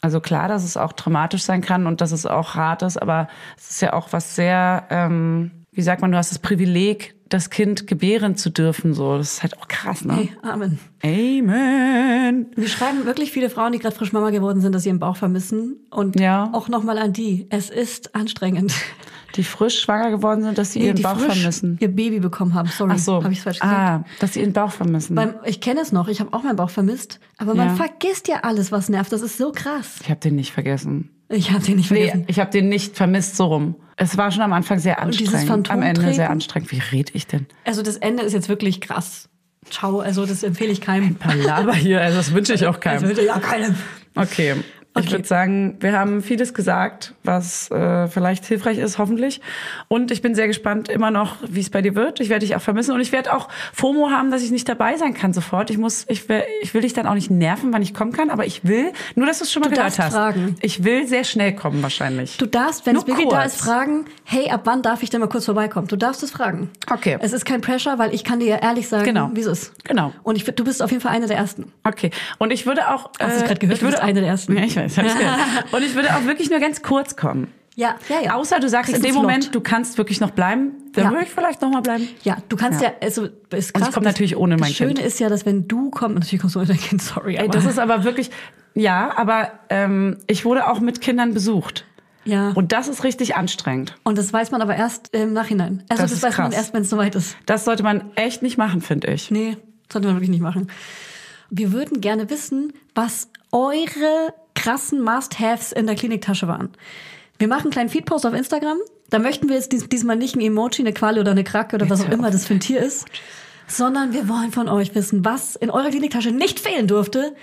[SPEAKER 2] Also klar, dass es auch traumatisch sein kann und dass es auch hart ist, aber es ist ja auch was sehr, ähm, wie sagt man, du hast das Privileg, das Kind gebären zu dürfen. So, das ist halt auch krass, ne?
[SPEAKER 1] Hey, Amen.
[SPEAKER 2] Amen.
[SPEAKER 1] Wir schreiben wirklich viele Frauen, die gerade frisch Mama geworden sind, dass sie ihren Bauch vermissen. Und
[SPEAKER 2] Ja.
[SPEAKER 1] auch nochmal an die. Es ist anstrengend.
[SPEAKER 2] Die frisch schwanger geworden sind, dass sie
[SPEAKER 1] Nee,
[SPEAKER 2] ihren
[SPEAKER 1] die
[SPEAKER 2] Bauch
[SPEAKER 1] frisch
[SPEAKER 2] vermissen.
[SPEAKER 1] Ihr Baby bekommen haben. Sorry,
[SPEAKER 2] Ach so.
[SPEAKER 1] habe ich falsch gesagt.
[SPEAKER 2] ah, dass sie ihren Bauch vermissen.
[SPEAKER 1] Beim, ich kenne es noch, ich habe auch meinen Bauch vermisst. Aber man
[SPEAKER 2] Ja.
[SPEAKER 1] vergisst ja alles, was nervt. Das ist so krass.
[SPEAKER 2] ich habe den nicht vergessen.
[SPEAKER 1] Ich habe den nicht vergessen.
[SPEAKER 2] Nee, ich habe den nicht vermisst, so rum. Es war schon am Anfang sehr
[SPEAKER 1] dieses
[SPEAKER 2] anstrengend. am Ende
[SPEAKER 1] Phantomtreten?
[SPEAKER 2] sehr anstrengend. Wie rede ich denn?
[SPEAKER 1] Also das Ende ist jetzt wirklich krass. Ciao, also das empfehle ich keinem.
[SPEAKER 2] Palaver hier, also das wünsche ich auch keinem.
[SPEAKER 1] Das würde ja keinem.
[SPEAKER 2] Okay. Ich
[SPEAKER 1] Okay.
[SPEAKER 2] würde sagen, wir haben vieles gesagt, was äh, vielleicht hilfreich ist, hoffentlich. Und ich bin sehr gespannt immer noch, wie es bei dir wird. Ich werde dich auch vermissen und ich werde auch FOMO haben, dass ich nicht dabei sein kann sofort. Ich muss, ich will, ich will dich dann auch nicht nerven, wann ich kommen kann, aber ich will, nur dass du es schon mal
[SPEAKER 1] Du
[SPEAKER 2] gehört
[SPEAKER 1] darfst
[SPEAKER 2] hast.
[SPEAKER 1] fragen.
[SPEAKER 2] Ich will sehr schnell kommen wahrscheinlich.
[SPEAKER 1] Du darfst, wenn
[SPEAKER 2] Nur
[SPEAKER 1] es Baby da
[SPEAKER 2] kurz.
[SPEAKER 1] ist, fragen, hey, ab wann darf ich denn mal kurz vorbeikommen? Du darfst es fragen.
[SPEAKER 2] Okay.
[SPEAKER 1] Es ist kein Pressure, weil ich kann dir ja ehrlich sagen,
[SPEAKER 2] Genau.
[SPEAKER 1] wie es ist.
[SPEAKER 2] Genau.
[SPEAKER 1] Und ich, fi- du bist auf jeden Fall einer der Ersten.
[SPEAKER 2] Okay. Und ich würde auch. äh,
[SPEAKER 1] Hast du's grad gehört?
[SPEAKER 2] Ich würde
[SPEAKER 1] Du bist eine der Ersten.
[SPEAKER 2] Ja, ich weiß. Hab's gehört.
[SPEAKER 1] [LAUGHS]
[SPEAKER 2] Und ich würde auch wirklich nur ganz kurz kommen.
[SPEAKER 1] Ja, ja, ja.
[SPEAKER 2] Außer du sagst
[SPEAKER 1] Kriegst
[SPEAKER 2] in dem
[SPEAKER 1] einen Slot.
[SPEAKER 2] Moment, du kannst wirklich noch bleiben, dann
[SPEAKER 1] Ja.
[SPEAKER 2] würde ich vielleicht noch mal bleiben.
[SPEAKER 1] Ja, du kannst
[SPEAKER 2] Ja.
[SPEAKER 1] ja, also ist
[SPEAKER 2] Und
[SPEAKER 1] krass.
[SPEAKER 2] ich komm natürlich ohne mein
[SPEAKER 1] Das Schöne
[SPEAKER 2] Kind.
[SPEAKER 1] ist ja, dass wenn du kommst, natürlich kommst du ohne dein Kind, sorry.
[SPEAKER 2] Ey,
[SPEAKER 1] aber-
[SPEAKER 2] das ist aber wirklich, ja, aber ähm, ich wurde auch mit Kindern besucht.
[SPEAKER 1] ja. Und,
[SPEAKER 2] Und das ist richtig anstrengend.
[SPEAKER 1] das weiß man aber erst im Nachhinein. Also
[SPEAKER 2] Das
[SPEAKER 1] das,
[SPEAKER 2] ist
[SPEAKER 1] weiß man
[SPEAKER 2] krass.
[SPEAKER 1] erst, wenn es soweit ist.
[SPEAKER 2] Das sollte man echt nicht machen, finde ich.
[SPEAKER 1] Nee, sollte man wirklich nicht machen. Wir würden gerne wissen, was eure krassen Must-Haves in der Kliniktasche waren. Wir machen einen kleinen Feedpost auf Instagram. Da möchten wir jetzt dies, diesmal nicht ein Emoji, eine Qualle oder eine Krake oder was auch
[SPEAKER 2] hör
[SPEAKER 1] immer das für ein Tier ist, sondern wir wollen von euch wissen, was in eurer Kliniktasche nicht fehlen durfte,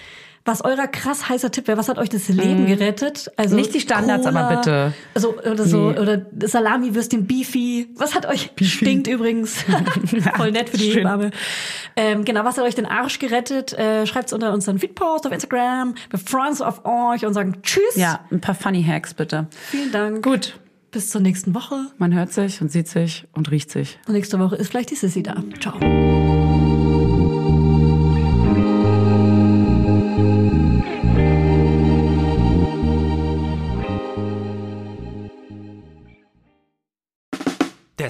[SPEAKER 1] was eurer krass heißer Tipp wäre. Was hat euch das Leben gerettet? Also
[SPEAKER 2] Mhm. Nicht die Standards, aber bitte.
[SPEAKER 1] Also, oder so,
[SPEAKER 2] Nee.
[SPEAKER 1] oder Salami, Würstchen, Beefy. Was hat euch, stinkt
[SPEAKER 2] [LAUGHS]
[SPEAKER 1] übrigens. Voll nett für die
[SPEAKER 2] Schön.
[SPEAKER 1] Hebamme. Ähm, genau, was hat euch den Arsch gerettet? Äh, schreibt's unter unseren Feedpost auf Instagram. Wir freuen uns auf euch und sagen Tschüss.
[SPEAKER 2] Ja, ein paar Funny Hacks bitte.
[SPEAKER 1] Vielen Dank.
[SPEAKER 2] Gut,
[SPEAKER 1] Bis zur nächsten Woche.
[SPEAKER 2] man hört sich und sieht sich und riecht sich.
[SPEAKER 1] Und nächste Woche ist vielleicht die Sissy da. Ciao.
[SPEAKER 6] Der